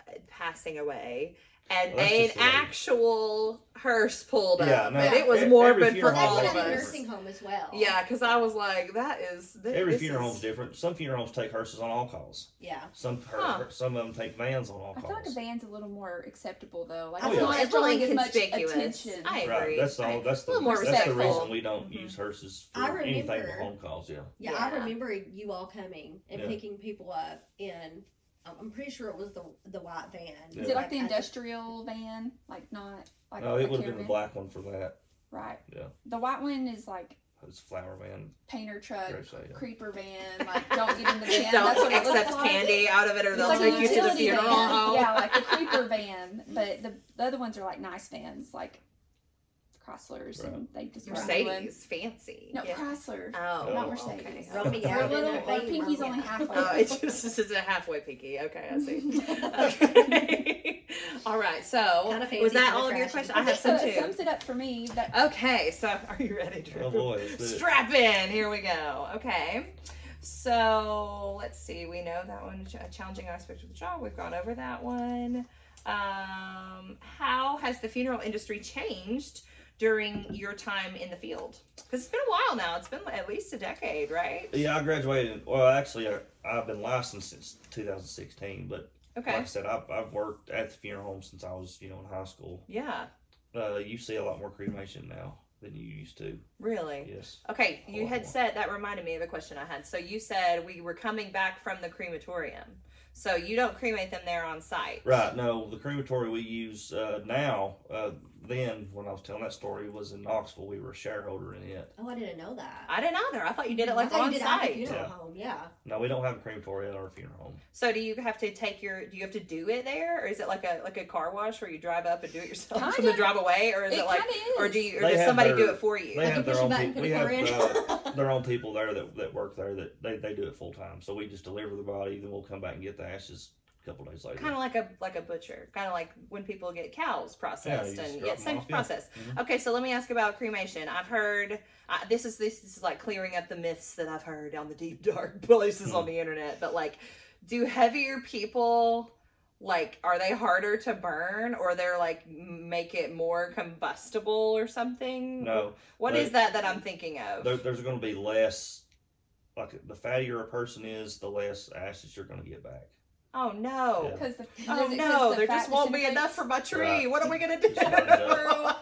[SPEAKER 6] uh, passing away, and
[SPEAKER 5] Well, that's
[SPEAKER 6] an
[SPEAKER 5] just the way-
[SPEAKER 6] actual hearse pulled
[SPEAKER 5] Yeah,
[SPEAKER 6] up,
[SPEAKER 5] no,
[SPEAKER 6] and it
[SPEAKER 5] e-
[SPEAKER 6] was
[SPEAKER 5] every
[SPEAKER 6] morbid
[SPEAKER 5] funeral
[SPEAKER 6] for
[SPEAKER 7] Well, they
[SPEAKER 5] home
[SPEAKER 6] all
[SPEAKER 7] went
[SPEAKER 5] is
[SPEAKER 6] of
[SPEAKER 7] in a
[SPEAKER 5] different.
[SPEAKER 6] us.
[SPEAKER 7] nursing home as well.
[SPEAKER 6] Yeah, because I was like, that is th-
[SPEAKER 5] Every
[SPEAKER 6] this
[SPEAKER 5] funeral home's
[SPEAKER 6] is-
[SPEAKER 5] different. Some funeral homes take hearses on all calls.
[SPEAKER 7] Yeah.
[SPEAKER 5] Some her,
[SPEAKER 6] Huh.
[SPEAKER 5] some of them take vans on all
[SPEAKER 4] I feel like a
[SPEAKER 5] calls.
[SPEAKER 4] van's a little more acceptable though. Like
[SPEAKER 5] Oh,
[SPEAKER 4] it's
[SPEAKER 5] yeah.
[SPEAKER 4] not
[SPEAKER 6] It's
[SPEAKER 4] drawing
[SPEAKER 6] really
[SPEAKER 4] as much
[SPEAKER 6] conspicuous.
[SPEAKER 4] attention.
[SPEAKER 6] I agree.
[SPEAKER 5] Right, that's all.
[SPEAKER 6] I-
[SPEAKER 5] That's
[SPEAKER 6] a
[SPEAKER 5] the
[SPEAKER 6] little more
[SPEAKER 5] that's the
[SPEAKER 6] respectful.
[SPEAKER 5] reason we don't
[SPEAKER 6] Mhm.
[SPEAKER 5] use hearses
[SPEAKER 7] I
[SPEAKER 5] for anything but
[SPEAKER 7] remember-
[SPEAKER 5] home calls. Yeah,
[SPEAKER 7] Yeah, I
[SPEAKER 6] Yeah.
[SPEAKER 7] remember you all coming and
[SPEAKER 5] Yeah.
[SPEAKER 7] picking people up in. I'm I'm pretty sure it was the the white van.
[SPEAKER 5] Yeah.
[SPEAKER 4] Is it like the
[SPEAKER 7] I just-
[SPEAKER 4] industrial van? Like not like
[SPEAKER 5] no, Oh, it
[SPEAKER 4] a
[SPEAKER 5] would have
[SPEAKER 4] caravan?
[SPEAKER 5] been the black one for that.
[SPEAKER 4] Right.
[SPEAKER 5] Yeah.
[SPEAKER 4] The white one is like
[SPEAKER 5] It's a flower van.
[SPEAKER 4] painter truck,
[SPEAKER 5] Graveside, yeah.
[SPEAKER 4] creeper van. Like don't get in the van. That's
[SPEAKER 6] Don't
[SPEAKER 4] what it
[SPEAKER 6] accept
[SPEAKER 4] looks like.
[SPEAKER 6] candy out of it, or
[SPEAKER 4] It's
[SPEAKER 6] they'll
[SPEAKER 4] like a
[SPEAKER 6] take you to the
[SPEAKER 4] utility
[SPEAKER 6] funeral
[SPEAKER 4] van.
[SPEAKER 6] home.
[SPEAKER 4] Yeah, like the creeper van. But the, the other ones are like nice vans, like Chryslers, and they just run around.
[SPEAKER 6] Mercedes, fancy.
[SPEAKER 4] No,
[SPEAKER 6] Yeah.
[SPEAKER 4] Chrysler.
[SPEAKER 6] Oh,
[SPEAKER 4] not
[SPEAKER 6] okay.
[SPEAKER 4] Mercedes.
[SPEAKER 7] Romeo
[SPEAKER 4] Or
[SPEAKER 7] Yeah,
[SPEAKER 4] little,
[SPEAKER 7] they're
[SPEAKER 4] or
[SPEAKER 7] big,
[SPEAKER 4] Pinky's
[SPEAKER 7] yeah.
[SPEAKER 4] only halfway.
[SPEAKER 6] Oh, it's just this is a halfway pinky. Okay, I see. Okay. All right. So
[SPEAKER 7] Kinda fancy,
[SPEAKER 6] was that
[SPEAKER 7] kinda
[SPEAKER 6] all of your
[SPEAKER 7] trashy.
[SPEAKER 6] questions? I have some
[SPEAKER 4] So it
[SPEAKER 6] too.
[SPEAKER 4] sums it up for me. That
[SPEAKER 6] Okay. So are you ready, Drew?
[SPEAKER 5] Oh boy, it's the-
[SPEAKER 6] Strap in. Here we go. Okay. So let's see. We know that one, a challenging aspect of the job. We've gone over that one. Um, how has the funeral industry changed during your time in the field? Because it's been a while now. It's been at least a decade, right?
[SPEAKER 5] yeah. I graduated. Well, actually, I, I've been licensed since 2016. But like
[SPEAKER 6] Okay.
[SPEAKER 5] I said, I've, I've worked at the funeral home since I was you know in high school.
[SPEAKER 6] Yeah.
[SPEAKER 5] Uh, you see a lot more cremation now than you used to.
[SPEAKER 6] Really.
[SPEAKER 5] Yes.
[SPEAKER 6] Okay,
[SPEAKER 5] A
[SPEAKER 6] you
[SPEAKER 5] lot
[SPEAKER 6] had
[SPEAKER 5] more.
[SPEAKER 6] said that reminded me of a question I had. So you said we were coming back from the crematorium. So you don't cremate them there on site.
[SPEAKER 5] Right. No, the crematory we use uh, now, uh, then when I was telling that story, was in Knoxville. We were a shareholder in it.
[SPEAKER 7] Oh, I didn't know that.
[SPEAKER 6] I didn't either. I thought you did it like
[SPEAKER 7] I thought
[SPEAKER 6] on
[SPEAKER 7] you did at the
[SPEAKER 6] site.
[SPEAKER 7] funeral
[SPEAKER 5] Yeah.
[SPEAKER 7] home. Yeah.
[SPEAKER 5] No, we don't have a crematory at our funeral home.
[SPEAKER 6] So do you have to take your do you have to do it there or is it like a like a car wash where you drive up and do it yourself from the
[SPEAKER 4] Kinda.
[SPEAKER 6] drive away or is
[SPEAKER 4] It
[SPEAKER 6] it, like
[SPEAKER 4] kinda
[SPEAKER 6] or
[SPEAKER 4] is.
[SPEAKER 6] do you or
[SPEAKER 5] They
[SPEAKER 6] does
[SPEAKER 5] have
[SPEAKER 6] somebody
[SPEAKER 5] their-
[SPEAKER 6] do it for
[SPEAKER 5] They
[SPEAKER 6] you?
[SPEAKER 7] Like
[SPEAKER 5] have
[SPEAKER 7] you
[SPEAKER 5] their
[SPEAKER 7] push a
[SPEAKER 5] own.
[SPEAKER 7] button,
[SPEAKER 5] peop-
[SPEAKER 7] put
[SPEAKER 5] we
[SPEAKER 7] a
[SPEAKER 5] have
[SPEAKER 7] car in.
[SPEAKER 5] uh, their own people there that, that work there that they, they do it full time. So we just deliver the body, then we'll come back and get the ashes a couple days later.
[SPEAKER 6] Kind of like a like a butcher, kind of like when people get cows processed
[SPEAKER 5] just
[SPEAKER 6] and
[SPEAKER 5] drop
[SPEAKER 6] yeah,
[SPEAKER 5] 'em
[SPEAKER 6] same
[SPEAKER 5] off, yeah.
[SPEAKER 6] process.
[SPEAKER 5] Mhm.
[SPEAKER 6] Okay, so let me ask about cremation. I've heard uh, this is this, is like clearing up the myths that I've heard on the deep dark places on the internet. But like, do heavier people like are they harder to burn or they're like make it more combustible or something?
[SPEAKER 5] No,
[SPEAKER 6] What
[SPEAKER 5] they-
[SPEAKER 6] is that that I'm thinking of?
[SPEAKER 5] there, there's going to be less. Like the fattier a person is, the less ashes you're going to get back.
[SPEAKER 6] oh no.
[SPEAKER 5] Yeah.
[SPEAKER 4] because the
[SPEAKER 6] Oh
[SPEAKER 4] because
[SPEAKER 6] no,
[SPEAKER 4] the
[SPEAKER 6] there
[SPEAKER 4] fat
[SPEAKER 6] just won't be enough
[SPEAKER 4] disintegrates.
[SPEAKER 6] for my tree.
[SPEAKER 5] Right.
[SPEAKER 6] What are we gonna do?
[SPEAKER 5] Just burns
[SPEAKER 4] Well,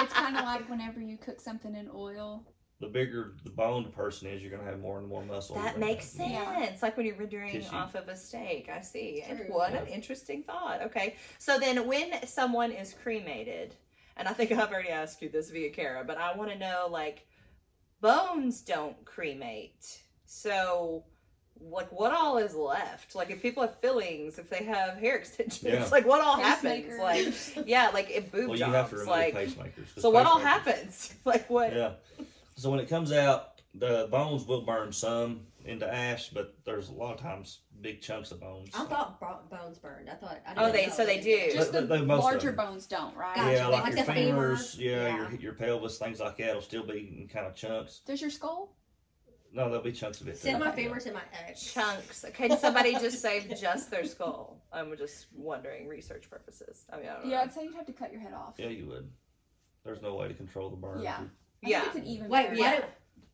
[SPEAKER 4] it's kind of like whenever you cook something in oil.
[SPEAKER 5] The bigger the boned person is, you're going to have more and more muscle.
[SPEAKER 6] That
[SPEAKER 5] You're gonna
[SPEAKER 6] makes
[SPEAKER 5] have-
[SPEAKER 6] sense.
[SPEAKER 4] Yeah.
[SPEAKER 6] Like when you're rendering
[SPEAKER 5] Tissue.
[SPEAKER 6] off of a steak. I see. And
[SPEAKER 7] True.
[SPEAKER 6] what
[SPEAKER 5] Yeah.
[SPEAKER 6] an interesting thought. Okay. So then when someone is cremated, and I think I've already asked you this via Kara, but I want to know like bones don't cremate. So like what all is left? Like if people have fillings, if they have hair extensions,
[SPEAKER 5] Yeah.
[SPEAKER 6] like what all happens? Like
[SPEAKER 4] Pacemakers.
[SPEAKER 6] yeah, like it boob
[SPEAKER 5] Well, you
[SPEAKER 6] jobs.
[SPEAKER 5] have to remove
[SPEAKER 6] like
[SPEAKER 5] pacemakers. 'cause
[SPEAKER 6] so what all
[SPEAKER 5] pacemakers-
[SPEAKER 6] happens? Like what?
[SPEAKER 5] Yeah. So when it comes out, the bones will burn some into ash, but there's a lot of times big chunks of bones.
[SPEAKER 7] I thought bo- bones burned. I thought. I
[SPEAKER 6] Oh,
[SPEAKER 7] didn't
[SPEAKER 6] they-
[SPEAKER 7] know
[SPEAKER 6] so they do.
[SPEAKER 4] Just
[SPEAKER 5] But
[SPEAKER 4] the,
[SPEAKER 5] the- the most of
[SPEAKER 4] larger
[SPEAKER 5] them.
[SPEAKER 4] bones don't, right?
[SPEAKER 7] Gotcha,
[SPEAKER 5] Yeah, like,
[SPEAKER 7] like
[SPEAKER 5] your
[SPEAKER 7] the
[SPEAKER 5] fingers,
[SPEAKER 7] femurs.
[SPEAKER 5] yeah,
[SPEAKER 7] Yeah.
[SPEAKER 5] Your, your pelvis, things like that will still be in kind of chunks.
[SPEAKER 4] Does your skull?
[SPEAKER 5] No, there'll be chunks of it.
[SPEAKER 7] Send
[SPEAKER 5] that-
[SPEAKER 7] my favor to my ex.
[SPEAKER 6] Chunks. Can somebody just save just their skull? I'm just wondering, research purposes. I mean, I don't
[SPEAKER 4] Yeah, I'd
[SPEAKER 6] know.
[SPEAKER 4] say you'd have to cut your head off.
[SPEAKER 5] Yeah, you would. There's no way to control the burn.
[SPEAKER 4] Yeah. I
[SPEAKER 6] Yeah.
[SPEAKER 4] think it's an even.
[SPEAKER 7] Wait,
[SPEAKER 4] turn.
[SPEAKER 7] what?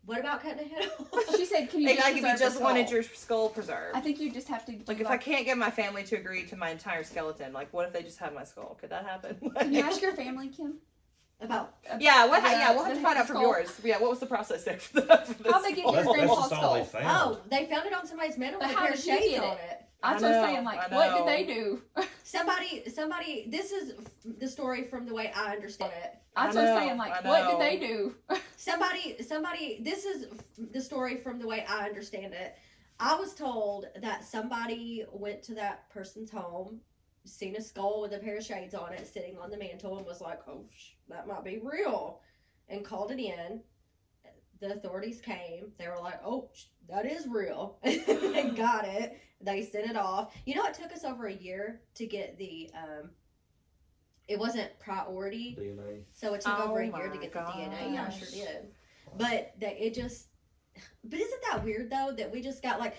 [SPEAKER 7] What about cutting a head off?
[SPEAKER 4] She said, "Can you
[SPEAKER 6] Like,
[SPEAKER 4] just
[SPEAKER 6] like if you
[SPEAKER 4] preserve
[SPEAKER 6] just
[SPEAKER 4] the
[SPEAKER 6] wanted
[SPEAKER 4] skull?
[SPEAKER 6] your skull preserved.
[SPEAKER 4] I think you just have to. do
[SPEAKER 6] like if I can't get my family to agree to my entire skeleton, like what if they just had my skull? Could that happen?
[SPEAKER 4] Can you ask your family, Kim?
[SPEAKER 7] About
[SPEAKER 6] yeah, what?
[SPEAKER 4] the-
[SPEAKER 6] yeah, we'll have
[SPEAKER 4] the
[SPEAKER 6] to find out from
[SPEAKER 4] skull?
[SPEAKER 6] yours. Yeah, what was the process there for that? For
[SPEAKER 4] How'd
[SPEAKER 6] this
[SPEAKER 4] they get
[SPEAKER 5] Well,
[SPEAKER 6] skull?
[SPEAKER 5] that's,
[SPEAKER 4] Your
[SPEAKER 5] that's
[SPEAKER 4] grandpa's
[SPEAKER 5] just all they
[SPEAKER 4] skull.
[SPEAKER 5] found.
[SPEAKER 7] oh, they found it on somebody's mantle
[SPEAKER 4] But
[SPEAKER 7] with a
[SPEAKER 4] how
[SPEAKER 7] pair of
[SPEAKER 4] did she
[SPEAKER 7] shades
[SPEAKER 4] get
[SPEAKER 7] on
[SPEAKER 4] it?
[SPEAKER 7] it.
[SPEAKER 4] That's
[SPEAKER 6] I
[SPEAKER 4] what
[SPEAKER 6] know,
[SPEAKER 4] I'm saying. Like,
[SPEAKER 6] I
[SPEAKER 4] what did
[SPEAKER 6] know.
[SPEAKER 4] they do?
[SPEAKER 7] Somebody, somebody. This is f- the story from the way I understand it.
[SPEAKER 4] That's
[SPEAKER 6] I
[SPEAKER 4] what I'm
[SPEAKER 6] know,
[SPEAKER 4] saying.
[SPEAKER 6] I
[SPEAKER 4] Like, what
[SPEAKER 6] know.
[SPEAKER 4] did they do?
[SPEAKER 7] Somebody, somebody. This is f- the story from the way I understand it. I was told that somebody went to that person's home, seen a skull with a pair of shades on it sitting on the mantle, and was like, "Oh, sh- that might be real," and called it in. The authorities came. They were like, "Oh, sh- that is real." they got it. They sent it off. You know, it took us over a year to get the. um It wasn't priority.
[SPEAKER 5] DNA.
[SPEAKER 7] So it took
[SPEAKER 6] Oh
[SPEAKER 7] over a
[SPEAKER 6] my
[SPEAKER 7] year to get the DNA. Yeah, I sure
[SPEAKER 6] gosh.
[SPEAKER 7] did. But that it just. But isn't that weird though that we just got like?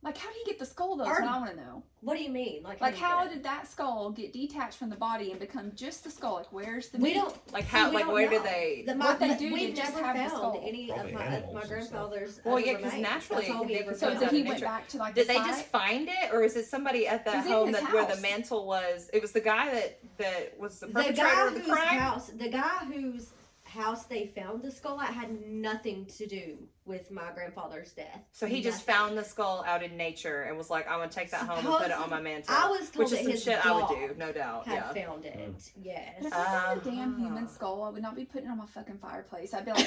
[SPEAKER 4] Like, how do you get the skull though?
[SPEAKER 7] Our-
[SPEAKER 4] That's what I want to know.
[SPEAKER 7] What do you mean? Like,
[SPEAKER 4] Like,
[SPEAKER 7] you
[SPEAKER 4] how
[SPEAKER 7] get it?
[SPEAKER 4] did that skull get detached from the body and become just the skull? Like, where's the
[SPEAKER 7] we
[SPEAKER 4] meat?
[SPEAKER 7] don't?
[SPEAKER 6] Like how?
[SPEAKER 7] we
[SPEAKER 6] Like
[SPEAKER 7] don't
[SPEAKER 6] where did
[SPEAKER 7] know.
[SPEAKER 6] they?
[SPEAKER 7] The, my,
[SPEAKER 4] What they
[SPEAKER 7] the-
[SPEAKER 4] do to
[SPEAKER 7] we've
[SPEAKER 4] just
[SPEAKER 7] never
[SPEAKER 4] have the
[SPEAKER 7] found
[SPEAKER 4] skull.
[SPEAKER 7] any
[SPEAKER 5] Probably
[SPEAKER 7] of my,
[SPEAKER 5] animals
[SPEAKER 7] my
[SPEAKER 5] and stuff.
[SPEAKER 7] grandfather's.
[SPEAKER 6] Well,
[SPEAKER 7] other
[SPEAKER 6] yeah, 'cause
[SPEAKER 7] remains.
[SPEAKER 6] naturally
[SPEAKER 7] That's all we
[SPEAKER 6] they
[SPEAKER 7] ever
[SPEAKER 6] could
[SPEAKER 4] So
[SPEAKER 7] found.
[SPEAKER 6] It's
[SPEAKER 4] did
[SPEAKER 6] out
[SPEAKER 4] he
[SPEAKER 6] of
[SPEAKER 4] went
[SPEAKER 6] nature.
[SPEAKER 4] back to like
[SPEAKER 6] Did
[SPEAKER 4] the
[SPEAKER 6] they just
[SPEAKER 4] site?
[SPEAKER 6] find it, or is it somebody at
[SPEAKER 4] It
[SPEAKER 6] that
[SPEAKER 4] was in
[SPEAKER 6] home
[SPEAKER 4] his
[SPEAKER 6] that where the
[SPEAKER 4] house.
[SPEAKER 6] mantle was? It was the guy that that was the
[SPEAKER 7] The
[SPEAKER 6] perpetrator
[SPEAKER 7] guy
[SPEAKER 6] of the
[SPEAKER 7] whose
[SPEAKER 6] crime.
[SPEAKER 7] house, the guy whose house they found the skull at, had nothing to do with my grandfather's death.
[SPEAKER 6] So he just
[SPEAKER 7] Nothing.
[SPEAKER 6] found the skull out in nature and was like, "I'm gonna take that home and put it on my mantle,"
[SPEAKER 7] I was told
[SPEAKER 6] which is
[SPEAKER 7] that
[SPEAKER 6] some
[SPEAKER 7] his
[SPEAKER 6] shit I would do,
[SPEAKER 7] dog
[SPEAKER 6] no doubt.
[SPEAKER 7] Had
[SPEAKER 6] Yeah.
[SPEAKER 7] found
[SPEAKER 5] Mm.
[SPEAKER 7] it. Yes.
[SPEAKER 4] But if I found a
[SPEAKER 6] Uh-huh.
[SPEAKER 4] damn human skull, I would not be putting it on my fucking fireplace. I'd be like,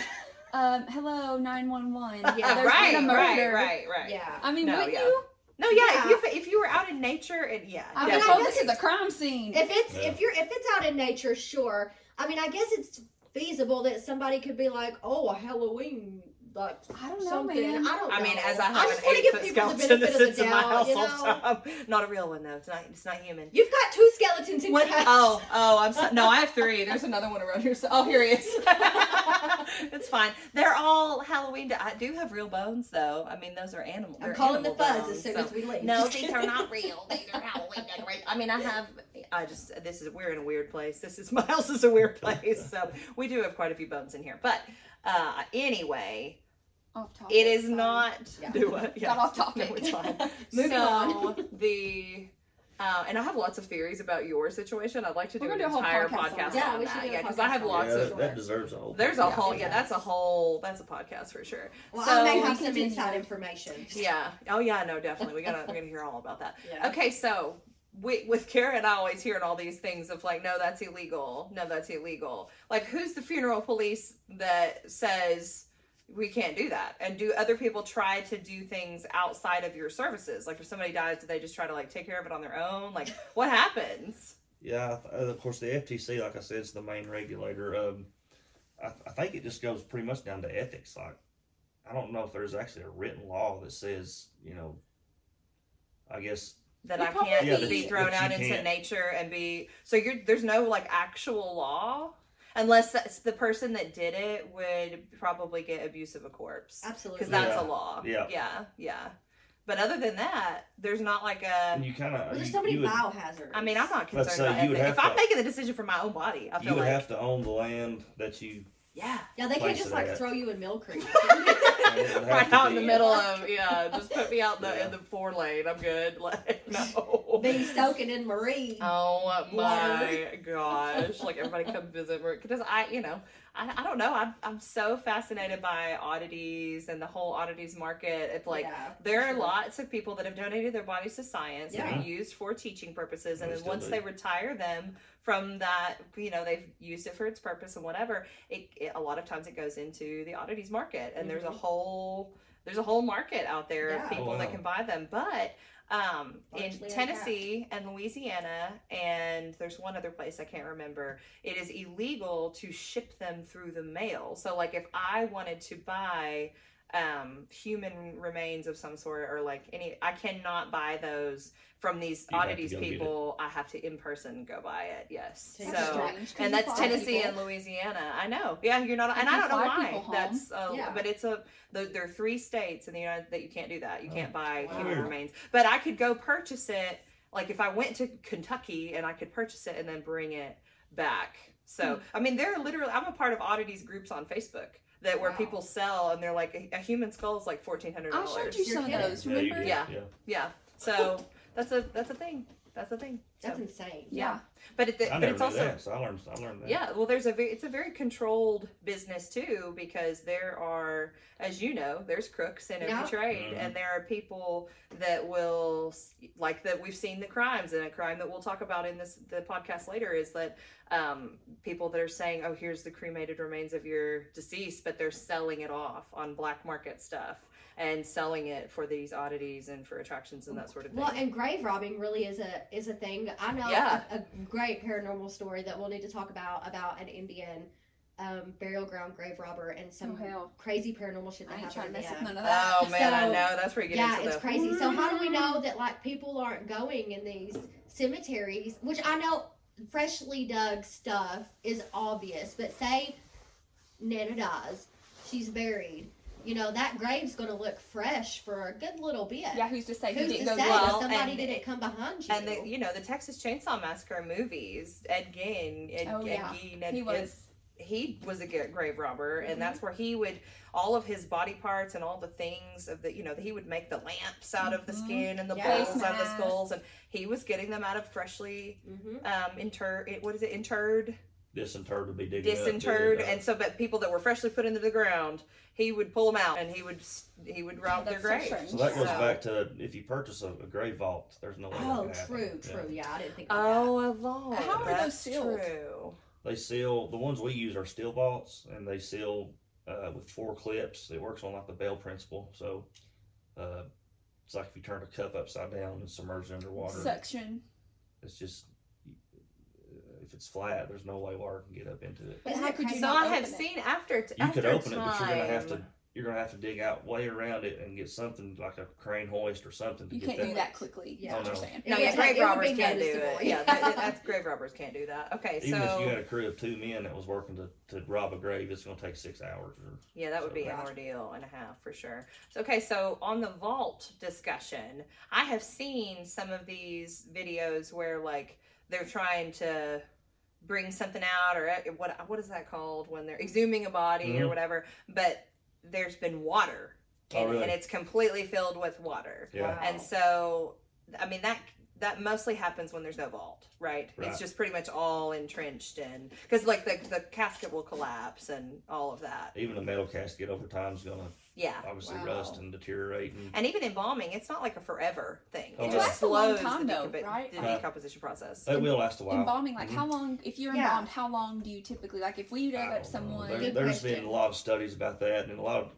[SPEAKER 4] um, hello, 911.
[SPEAKER 7] Yeah,
[SPEAKER 4] there's
[SPEAKER 6] Oh, right,
[SPEAKER 4] been a
[SPEAKER 6] right,
[SPEAKER 4] murder.
[SPEAKER 6] right, right.
[SPEAKER 7] Yeah.
[SPEAKER 4] I mean,
[SPEAKER 6] No,
[SPEAKER 4] wouldn't
[SPEAKER 6] yeah.
[SPEAKER 4] you?
[SPEAKER 6] No, yeah,
[SPEAKER 7] Yeah.
[SPEAKER 6] If, you, fa- if you were out in nature and yeah,
[SPEAKER 4] I would
[SPEAKER 7] mean, I
[SPEAKER 6] definitely.
[SPEAKER 4] go
[SPEAKER 7] guess
[SPEAKER 4] to the crime scene.
[SPEAKER 7] If it's
[SPEAKER 5] Yeah.
[SPEAKER 7] if you're if it's out in nature, sure. I mean, I guess it's feasible that somebody could be like, "Oh, a Halloween like
[SPEAKER 4] I don't know,
[SPEAKER 7] something."
[SPEAKER 4] man.
[SPEAKER 7] I don't.
[SPEAKER 6] I mean,
[SPEAKER 7] know.
[SPEAKER 6] as I have
[SPEAKER 7] just
[SPEAKER 6] an
[SPEAKER 7] wanna
[SPEAKER 6] eight foot skeleton that sits in my house
[SPEAKER 7] you
[SPEAKER 6] all
[SPEAKER 7] know?
[SPEAKER 6] the time. Not a real one though. It's not. It's not human.
[SPEAKER 7] You've got two skeletons in
[SPEAKER 6] What?
[SPEAKER 7] your house.
[SPEAKER 6] Oh, oh, I'm sorry. No, I have three. There's another one around here. So, oh, here he is. it's fine. They're all Halloween. I do have real bones, though. I mean, those are animal.
[SPEAKER 7] I'm
[SPEAKER 6] they're
[SPEAKER 7] calling the
[SPEAKER 6] animal
[SPEAKER 7] fuzz
[SPEAKER 6] bones,
[SPEAKER 7] as soon
[SPEAKER 6] so-
[SPEAKER 7] as we leave.
[SPEAKER 6] No, these are not real. These are Halloween decorations. I mean, I have. I just. This is. We're in a weird place. This is my house is a weird place. So we do have quite a few bones in here. But uh anyway,
[SPEAKER 4] Off topic.
[SPEAKER 6] it is
[SPEAKER 4] sorry.
[SPEAKER 6] not.
[SPEAKER 7] Yeah.
[SPEAKER 6] Do what? Yeah.
[SPEAKER 4] Got off topic.
[SPEAKER 6] No, it's fine.
[SPEAKER 7] Moving
[SPEAKER 6] so,
[SPEAKER 7] on.
[SPEAKER 6] the uh, and I have lots of theories about your situation. I'd like to do
[SPEAKER 4] We're
[SPEAKER 6] an
[SPEAKER 4] gonna do a whole
[SPEAKER 6] entire
[SPEAKER 4] podcast on
[SPEAKER 6] podcast on
[SPEAKER 4] that.
[SPEAKER 7] Yeah, we should
[SPEAKER 6] that.
[SPEAKER 7] do a
[SPEAKER 6] yeah, because I have
[SPEAKER 7] podcast on
[SPEAKER 6] lots
[SPEAKER 5] yeah,
[SPEAKER 6] of.
[SPEAKER 5] that, that deserves a whole.
[SPEAKER 6] There's a
[SPEAKER 7] Yeah.
[SPEAKER 6] whole. Yeah, that's a whole. That's a podcast for sure.
[SPEAKER 7] Well,
[SPEAKER 6] so
[SPEAKER 7] I may have
[SPEAKER 4] we
[SPEAKER 7] some
[SPEAKER 4] continue.
[SPEAKER 7] inside information.
[SPEAKER 6] yeah. Oh yeah. No, definitely. We gotta. we're gonna hear all about that.
[SPEAKER 7] Yeah.
[SPEAKER 6] Okay, so with, with Karen, I always hearing all these things of like, no, that's illegal. No, that's illegal. Like, who's the funeral police that says we can't do that? And do other people try to do things outside of your services? Like, if somebody dies, do they just try to like take care of it on their own? Like, what happens?
[SPEAKER 5] Yeah, I th- uh, of course the FTC, like I said, is the main regulator. Um, I, th- I think it just goes pretty much down to ethics. Like, I don't know if there's actually a written law that says, you know, I guess
[SPEAKER 6] That
[SPEAKER 4] Well,
[SPEAKER 6] I can't
[SPEAKER 5] probably- Yeah,
[SPEAKER 6] be
[SPEAKER 5] that-
[SPEAKER 6] thrown
[SPEAKER 5] that you
[SPEAKER 6] out into
[SPEAKER 5] can't.
[SPEAKER 6] nature and be so you're there's no like actual law. Unless that's the person that did it would probably get abuse of a corpse.
[SPEAKER 7] Absolutely.
[SPEAKER 6] because that's
[SPEAKER 5] Yeah.
[SPEAKER 6] a law.
[SPEAKER 5] Yeah.
[SPEAKER 6] yeah, yeah. But other than that, there's not like
[SPEAKER 5] and
[SPEAKER 6] a.
[SPEAKER 5] you kind
[SPEAKER 7] Uh, Well,
[SPEAKER 5] of.
[SPEAKER 7] there's
[SPEAKER 5] you,
[SPEAKER 7] so many
[SPEAKER 5] you would,
[SPEAKER 7] biohazards.
[SPEAKER 6] I mean, I'm not
[SPEAKER 5] Let's
[SPEAKER 6] concerned
[SPEAKER 5] say
[SPEAKER 6] about
[SPEAKER 5] you would
[SPEAKER 6] ethics. If
[SPEAKER 5] have
[SPEAKER 6] I'm
[SPEAKER 5] to-
[SPEAKER 6] making the decision for my own body, I
[SPEAKER 5] you
[SPEAKER 6] feel
[SPEAKER 5] would
[SPEAKER 6] like
[SPEAKER 5] have to own the land that you.
[SPEAKER 6] yeah,
[SPEAKER 7] Yeah, they can't
[SPEAKER 5] Place
[SPEAKER 7] just
[SPEAKER 5] it
[SPEAKER 7] like
[SPEAKER 5] at.
[SPEAKER 7] throw you in Mill Creek.
[SPEAKER 5] and it would have
[SPEAKER 6] right
[SPEAKER 5] to
[SPEAKER 6] out in the
[SPEAKER 5] be-
[SPEAKER 6] middle of yeah. Just put me out in the
[SPEAKER 5] Yeah.
[SPEAKER 6] in the four lane. I'm good. Like no.
[SPEAKER 7] Be soaking in Marie.
[SPEAKER 6] Oh my
[SPEAKER 7] Water.
[SPEAKER 6] gosh! Like everybody come visit because I, you know, I, I don't know. I'm I'm so fascinated by oddities and the whole oddities market. It's like
[SPEAKER 7] Yeah,
[SPEAKER 6] there are
[SPEAKER 7] sure.
[SPEAKER 6] lots of people that have donated their bodies to science and
[SPEAKER 5] Yeah.
[SPEAKER 6] and used for teaching purposes, and
[SPEAKER 5] They
[SPEAKER 6] then
[SPEAKER 5] still
[SPEAKER 6] once
[SPEAKER 5] do.
[SPEAKER 6] they retire them from that, you know, they've used it for its purpose and whatever. It, it a lot of times it goes into the oddities market, and there's a
[SPEAKER 7] Mhm.
[SPEAKER 6] whole there's a whole market out there
[SPEAKER 7] Yeah.
[SPEAKER 6] of people
[SPEAKER 5] Mm-hmm. Oh, wow.
[SPEAKER 6] that can buy them, but um, in
[SPEAKER 7] Largely
[SPEAKER 6] Tennessee and Louisiana, and there's one other place I can't remember. It is illegal to ship them through the mail. So, like, if I wanted to buy um, human remains of some sort or like any. I cannot buy those from these
[SPEAKER 5] You have to
[SPEAKER 6] oddities
[SPEAKER 5] go get it.
[SPEAKER 6] people. I have to in person go buy it. Yes.
[SPEAKER 7] Take
[SPEAKER 4] That's
[SPEAKER 7] it.
[SPEAKER 6] so.
[SPEAKER 4] strange, 'cause you
[SPEAKER 6] And that's
[SPEAKER 4] fly
[SPEAKER 6] Tennessee
[SPEAKER 4] people.
[SPEAKER 6] and Louisiana. I know. Yeah, you're not, and
[SPEAKER 4] You
[SPEAKER 6] I don't know
[SPEAKER 4] fly
[SPEAKER 6] why.
[SPEAKER 4] people home.
[SPEAKER 6] That's, uh,
[SPEAKER 7] Yeah.
[SPEAKER 6] but it's a. The, there are three states in the United that you can't do that. You
[SPEAKER 5] Oh,
[SPEAKER 6] can't buy
[SPEAKER 7] Wow.
[SPEAKER 6] human remains. But I could go purchase it. Like if I went to Kentucky and I could purchase it and then bring it back. So
[SPEAKER 4] Hmm.
[SPEAKER 6] I mean, there are literally. I'm a part of oddities groups on Facebook that where
[SPEAKER 4] Wow.
[SPEAKER 6] people sell and they're like a, a human skull is like fourteen hundred
[SPEAKER 4] I
[SPEAKER 6] dollars.
[SPEAKER 4] showed you
[SPEAKER 7] Your
[SPEAKER 4] some of
[SPEAKER 7] kid.
[SPEAKER 4] those.
[SPEAKER 5] Yeah, you
[SPEAKER 4] Remember?
[SPEAKER 5] did.
[SPEAKER 6] Yeah.
[SPEAKER 5] Yeah.
[SPEAKER 6] Yeah. So that's a that's a thing. That's a thing. So,
[SPEAKER 7] That's insane.
[SPEAKER 6] yeah. But it,
[SPEAKER 5] I
[SPEAKER 6] but
[SPEAKER 5] never
[SPEAKER 6] it's
[SPEAKER 5] knew
[SPEAKER 6] also
[SPEAKER 5] that, so I learned. I learned that.
[SPEAKER 6] yeah, well, there's a very, it's a very controlled business too because there are, as you know, there's crooks in every
[SPEAKER 7] Yeah.
[SPEAKER 6] trade,
[SPEAKER 5] Mhm.
[SPEAKER 6] and there are people that will like that. We've seen the crimes, and a crime that we'll talk about in this the podcast later is that um, people that are saying, "Oh, here's the cremated remains of your deceased," but they're selling it off on black market stuff and selling it for these oddities and for attractions and that sort of thing.
[SPEAKER 7] Well, and grave robbing really is a is a thing. I know
[SPEAKER 6] Yeah.
[SPEAKER 7] a, a great paranormal story that we'll need to talk about about an Indian um, burial ground grave robber and
[SPEAKER 4] Oh
[SPEAKER 7] some
[SPEAKER 4] hell!
[SPEAKER 7] crazy paranormal shit that
[SPEAKER 4] I ain't trying to mess with
[SPEAKER 7] happened. yeah.
[SPEAKER 4] none of that.
[SPEAKER 6] Oh man, I
[SPEAKER 7] So,
[SPEAKER 6] know that's where you get
[SPEAKER 7] Yeah,
[SPEAKER 6] into
[SPEAKER 7] it's
[SPEAKER 6] the
[SPEAKER 7] crazy. So how do we know that like people aren't going in these cemeteries? Which I know freshly dug stuff is obvious, but say Nana dies, she's buried. You know that grave's gonna look fresh for a good little bit.
[SPEAKER 4] Yeah, who's to say
[SPEAKER 7] Who's
[SPEAKER 4] he
[SPEAKER 7] to
[SPEAKER 4] didn't
[SPEAKER 7] say
[SPEAKER 4] go?
[SPEAKER 6] Well,
[SPEAKER 7] that somebody
[SPEAKER 6] and-
[SPEAKER 7] didn't come behind you?
[SPEAKER 6] And the, you know the Texas Chainsaw Massacre movies, Ed Gein, Ed,
[SPEAKER 4] Oh,
[SPEAKER 6] Ed
[SPEAKER 4] yeah.
[SPEAKER 6] Gein, Ed
[SPEAKER 4] He
[SPEAKER 6] Gein-
[SPEAKER 4] was. Mm-hmm.
[SPEAKER 6] he was a gra- grave robber, and that's where he would all of his body parts and all the things of the you know he would make the lamps out of the
[SPEAKER 4] Mhm.
[SPEAKER 6] skin and the
[SPEAKER 7] Yes.
[SPEAKER 6] bowls out of the
[SPEAKER 4] Yes.
[SPEAKER 6] skulls, and he was getting them out of freshly
[SPEAKER 7] hmm
[SPEAKER 6] um inter it- what is it interred
[SPEAKER 5] Disinterred would be digging up, digging
[SPEAKER 6] disinterred,
[SPEAKER 5] up.
[SPEAKER 6] and so but people that were freshly put into the ground, he would pull them out and he would s- he would rob their
[SPEAKER 4] That's so
[SPEAKER 6] graves.
[SPEAKER 4] strange.
[SPEAKER 5] So that goes
[SPEAKER 6] So-
[SPEAKER 5] back to if you purchase a, a grave vault, there's no way. that
[SPEAKER 7] Oh,
[SPEAKER 5] can happen.
[SPEAKER 7] true,
[SPEAKER 5] Yeah.
[SPEAKER 7] true. Yeah, I didn't think. about
[SPEAKER 6] Oh, a vault.
[SPEAKER 4] How are those
[SPEAKER 6] That's
[SPEAKER 4] sealed?
[SPEAKER 6] True.
[SPEAKER 5] They seal the ones we use are steel vaults, and they seal uh, with four clips. It works on like the bell principle. So uh, it's like if you turn a cup upside down and submerge it underwater.
[SPEAKER 4] Suction.
[SPEAKER 5] It's just if it's flat, there's no way water can get up into it.
[SPEAKER 4] But
[SPEAKER 7] Isn't
[SPEAKER 4] how
[SPEAKER 7] it
[SPEAKER 4] could
[SPEAKER 7] crazy?
[SPEAKER 4] you
[SPEAKER 6] So
[SPEAKER 4] not
[SPEAKER 6] I have
[SPEAKER 4] open it?
[SPEAKER 6] seen after t-
[SPEAKER 5] You
[SPEAKER 6] after
[SPEAKER 5] could open
[SPEAKER 6] time.
[SPEAKER 5] it, but you're gonna have to you're gonna have to dig out way around it and get something like a crane hoist or something. To
[SPEAKER 4] You
[SPEAKER 5] get
[SPEAKER 4] can't
[SPEAKER 5] that.
[SPEAKER 4] do that quickly. Yeah.
[SPEAKER 7] Yeah.
[SPEAKER 4] What you're
[SPEAKER 5] Oh, no.
[SPEAKER 4] saying.
[SPEAKER 7] It
[SPEAKER 6] No,
[SPEAKER 7] would
[SPEAKER 6] yeah,
[SPEAKER 7] ta-
[SPEAKER 6] grave
[SPEAKER 7] it would
[SPEAKER 6] robbers
[SPEAKER 7] be
[SPEAKER 6] can't do it.
[SPEAKER 7] noticeable.
[SPEAKER 6] Yeah, that, that's grave robbers can't do that. Okay,
[SPEAKER 5] Even
[SPEAKER 6] so
[SPEAKER 5] if you had a crew of two men that was working to, to rob a grave, it's gonna take six hours. Or,
[SPEAKER 6] yeah, that would be an
[SPEAKER 5] Gotcha.
[SPEAKER 6] ordeal and a half for sure. So, okay, so on the vault discussion, I have seen some of these videos where like they're trying to bring something out or eh, what what is that called when they're exhuming a body or
[SPEAKER 5] Mhm.
[SPEAKER 6] whatever, but there's been water
[SPEAKER 5] Oh,
[SPEAKER 6] in it,
[SPEAKER 5] really?
[SPEAKER 6] and it's completely filled with water.
[SPEAKER 5] yeah.
[SPEAKER 7] Wow.
[SPEAKER 6] And so, I mean that that mostly happens when there's no vault, right?
[SPEAKER 5] Right.
[SPEAKER 6] It's just pretty much all entrenched in because like the the casket will collapse and all of that.
[SPEAKER 5] Even a metal casket over time is gonna
[SPEAKER 6] Yeah.
[SPEAKER 5] obviously
[SPEAKER 4] Wow.
[SPEAKER 5] rust and deteriorate. And,
[SPEAKER 6] And even embalming, it's not like a forever thing.
[SPEAKER 5] Oh,
[SPEAKER 6] It
[SPEAKER 5] It
[SPEAKER 6] just
[SPEAKER 4] lasts a long
[SPEAKER 6] slows
[SPEAKER 4] time,
[SPEAKER 6] the,
[SPEAKER 4] though,
[SPEAKER 6] decompos-
[SPEAKER 4] right?
[SPEAKER 6] the
[SPEAKER 5] Right. Uh,
[SPEAKER 6] decomposition process.
[SPEAKER 5] it will last a while.
[SPEAKER 4] Embalming, like
[SPEAKER 5] Mhm.
[SPEAKER 4] how long? If you're
[SPEAKER 7] Yeah.
[SPEAKER 4] embalmed, how long do you typically like? If we dug
[SPEAKER 5] I
[SPEAKER 4] up
[SPEAKER 5] don't know.
[SPEAKER 4] someone,
[SPEAKER 5] There,
[SPEAKER 7] Good
[SPEAKER 5] there's
[SPEAKER 7] question.
[SPEAKER 5] been a lot of studies about that, and a lot of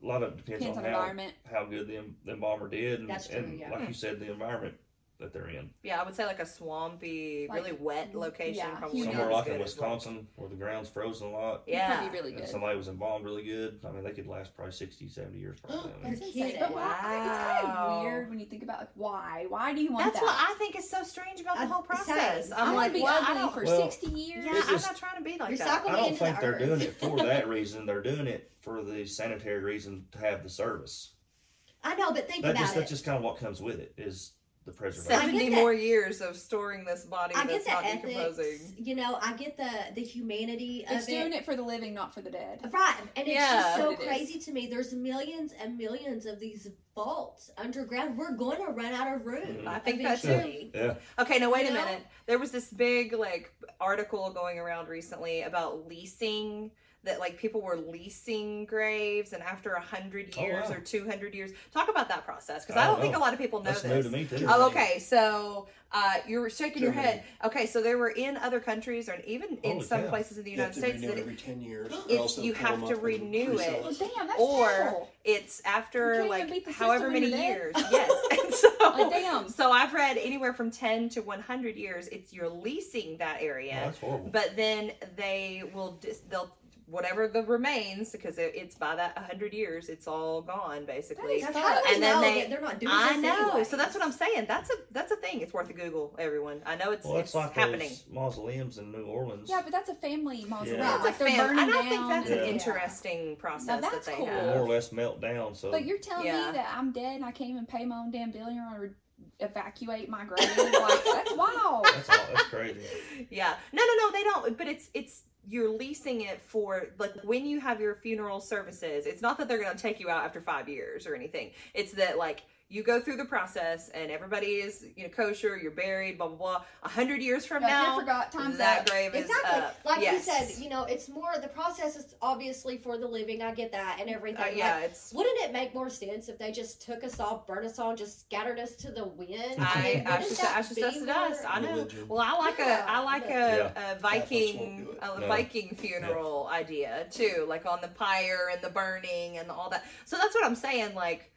[SPEAKER 5] a lot of it depends,
[SPEAKER 4] depends on
[SPEAKER 5] on how,
[SPEAKER 4] environment.
[SPEAKER 5] how good the, em- the embalmer did, and,
[SPEAKER 7] That's true,
[SPEAKER 5] and
[SPEAKER 7] yeah.
[SPEAKER 5] like you said, the environment that they're in.
[SPEAKER 6] Yeah, I would say like a swampy,
[SPEAKER 4] Like,
[SPEAKER 6] really wet location.
[SPEAKER 4] yeah,
[SPEAKER 6] probably
[SPEAKER 4] humid.
[SPEAKER 6] not
[SPEAKER 5] Somewhere
[SPEAKER 6] as
[SPEAKER 5] like in
[SPEAKER 6] good as,
[SPEAKER 5] Wisconsin, where the ground's frozen a lot,
[SPEAKER 6] Yeah.
[SPEAKER 4] That'd be really
[SPEAKER 5] and
[SPEAKER 4] good.
[SPEAKER 5] somebody was embalmed really good. I mean, they could last probably 60, 70 years. Probably. I mean,
[SPEAKER 7] That's insane.
[SPEAKER 4] But why? It's kind
[SPEAKER 6] Wow.
[SPEAKER 4] of weird when you think about like why? Why do you want
[SPEAKER 6] That's
[SPEAKER 4] that?
[SPEAKER 6] what I think is so strange about the
[SPEAKER 7] I-
[SPEAKER 6] whole
[SPEAKER 7] same.
[SPEAKER 6] process.
[SPEAKER 7] I
[SPEAKER 6] I'm
[SPEAKER 4] I'm
[SPEAKER 6] like,
[SPEAKER 4] gonna be
[SPEAKER 6] well, I
[SPEAKER 4] ugly
[SPEAKER 6] don't-
[SPEAKER 4] for
[SPEAKER 5] Well,
[SPEAKER 4] sixty years.
[SPEAKER 6] yeah,
[SPEAKER 5] It's
[SPEAKER 6] I'm
[SPEAKER 5] just-
[SPEAKER 6] not trying to be
[SPEAKER 7] You're
[SPEAKER 6] like that.
[SPEAKER 7] cycling
[SPEAKER 5] I don't
[SPEAKER 7] into the
[SPEAKER 5] think they're
[SPEAKER 7] earth.
[SPEAKER 5] doing it for that reason. They're doing it for the sanitary reason to have the service.
[SPEAKER 7] I know, but think
[SPEAKER 5] That
[SPEAKER 7] about
[SPEAKER 5] just,
[SPEAKER 7] it.
[SPEAKER 5] that's just kind of what comes with it is the preservation.
[SPEAKER 7] I
[SPEAKER 6] Seventy
[SPEAKER 7] get that-
[SPEAKER 6] more years of storing this body
[SPEAKER 7] I
[SPEAKER 6] that's
[SPEAKER 7] get the
[SPEAKER 6] not
[SPEAKER 7] ethics.
[SPEAKER 6] decomposing.
[SPEAKER 7] You know, I get the the humanity
[SPEAKER 4] It's
[SPEAKER 7] of
[SPEAKER 4] doing it for the living, not for the dead.
[SPEAKER 7] Right, and it's
[SPEAKER 6] Yeah.
[SPEAKER 7] just so
[SPEAKER 4] It is.
[SPEAKER 7] crazy to me. There's millions and millions of these vaults underground. We're going to run out of room.
[SPEAKER 4] Mm-hmm.
[SPEAKER 5] Mhm. I
[SPEAKER 6] think that's it.
[SPEAKER 7] eventually.
[SPEAKER 5] Yeah,
[SPEAKER 6] Okay, now wait
[SPEAKER 7] You
[SPEAKER 6] a
[SPEAKER 7] know?
[SPEAKER 6] minute. There was this big like article going around recently about leasing that like people were leasing graves and after a hundred
[SPEAKER 5] Oh,
[SPEAKER 6] years
[SPEAKER 5] wow.
[SPEAKER 6] or two hundred years. Talk about that process because
[SPEAKER 5] I
[SPEAKER 6] I don't
[SPEAKER 5] don't
[SPEAKER 6] think a
[SPEAKER 5] know.
[SPEAKER 6] lot of people know
[SPEAKER 5] that's
[SPEAKER 6] this.
[SPEAKER 5] new to me too.
[SPEAKER 6] Oh, okay. So uh, you were shaking your
[SPEAKER 8] Germany.
[SPEAKER 6] head. Okay, so there were in other countries or even in
[SPEAKER 5] Holy
[SPEAKER 6] some
[SPEAKER 5] cow.
[SPEAKER 6] places in the
[SPEAKER 8] You
[SPEAKER 6] United
[SPEAKER 8] have to
[SPEAKER 6] States
[SPEAKER 8] renew
[SPEAKER 6] that
[SPEAKER 8] it
[SPEAKER 6] it,
[SPEAKER 8] every 10 years.
[SPEAKER 6] it's-
[SPEAKER 8] Also
[SPEAKER 6] you
[SPEAKER 8] pull
[SPEAKER 6] have
[SPEAKER 8] them
[SPEAKER 6] to
[SPEAKER 8] up and
[SPEAKER 6] renew
[SPEAKER 8] resell
[SPEAKER 6] it.
[SPEAKER 4] Well, damn, that's
[SPEAKER 6] Or-
[SPEAKER 4] terrible.
[SPEAKER 6] it's
[SPEAKER 4] You
[SPEAKER 6] after
[SPEAKER 4] can't even
[SPEAKER 6] like
[SPEAKER 4] beat the
[SPEAKER 6] however
[SPEAKER 4] system when
[SPEAKER 6] many
[SPEAKER 4] you're dead.
[SPEAKER 6] years. Yes. And so,
[SPEAKER 4] Like, damn.
[SPEAKER 6] so I've read anywhere from ten to one hundred years. It's you're leasing that
[SPEAKER 5] Oh,
[SPEAKER 6] area,
[SPEAKER 5] that's horrible.
[SPEAKER 6] but then they will dis- they'll whatever the remains because it, it's by that 100 years it's all gone basically
[SPEAKER 7] That's how we
[SPEAKER 6] And then
[SPEAKER 7] know
[SPEAKER 6] they-
[SPEAKER 7] that they're not doing
[SPEAKER 6] i
[SPEAKER 7] this
[SPEAKER 6] know
[SPEAKER 7] anyway.
[SPEAKER 6] so that's what i'm saying that's a that's a thing it's worth a google everyone i know it's
[SPEAKER 5] Well,
[SPEAKER 6] it's
[SPEAKER 5] it's like
[SPEAKER 6] happening
[SPEAKER 5] those mausoleums in New Orleans.
[SPEAKER 4] Yeah, but that's a family mausoleum.
[SPEAKER 5] Yeah.
[SPEAKER 6] That's
[SPEAKER 4] Like
[SPEAKER 6] a
[SPEAKER 4] they're
[SPEAKER 6] fan-
[SPEAKER 4] burning
[SPEAKER 6] and i
[SPEAKER 4] down.
[SPEAKER 6] think that's an
[SPEAKER 5] Yeah.
[SPEAKER 6] interesting process
[SPEAKER 4] Now
[SPEAKER 6] that
[SPEAKER 4] that's
[SPEAKER 6] they
[SPEAKER 4] cool.
[SPEAKER 5] They more or
[SPEAKER 6] have
[SPEAKER 5] less melt down. So
[SPEAKER 4] But you're telling
[SPEAKER 6] Yeah.
[SPEAKER 4] me that I'm dead and I can't even pay my own damn bill. and You're gonna re- evacuate my grave? like that's wild.
[SPEAKER 5] that's all, that's crazy.
[SPEAKER 6] yeah no no no they don't but it's it's you're leasing it for like when you have your funeral services it's not that they're going to take you out after five years or anything it's that like you go through the process and everybody is you know kosher you're buried blah blah blah a hundred years from
[SPEAKER 4] Like, you
[SPEAKER 6] now
[SPEAKER 4] forgot times
[SPEAKER 6] that
[SPEAKER 4] up.
[SPEAKER 6] grave is
[SPEAKER 7] Exactly.
[SPEAKER 6] up.
[SPEAKER 7] Like
[SPEAKER 6] yes.
[SPEAKER 7] you said, you know, it's more the process is obviously for the living. I get that and everything.
[SPEAKER 6] Uh,
[SPEAKER 7] Like,
[SPEAKER 6] yeah, it's.
[SPEAKER 7] wouldn't it make more sense if they just took us all, burned us all, and just scattered us to the wind?
[SPEAKER 6] I,
[SPEAKER 7] mean,
[SPEAKER 6] I
[SPEAKER 7] wouldn't
[SPEAKER 6] just,
[SPEAKER 7] that
[SPEAKER 6] I just
[SPEAKER 7] be
[SPEAKER 6] dust to dust.
[SPEAKER 7] more-
[SPEAKER 6] I know.
[SPEAKER 5] Religion.
[SPEAKER 6] Well, I like a,
[SPEAKER 7] Yeah,
[SPEAKER 6] I like a,
[SPEAKER 5] Yeah.
[SPEAKER 6] a Viking,
[SPEAKER 2] Catholics
[SPEAKER 6] a
[SPEAKER 5] No.
[SPEAKER 6] Viking funeral idea too, like on the pyre and the burning and all that. So that's what I'm saying. Like,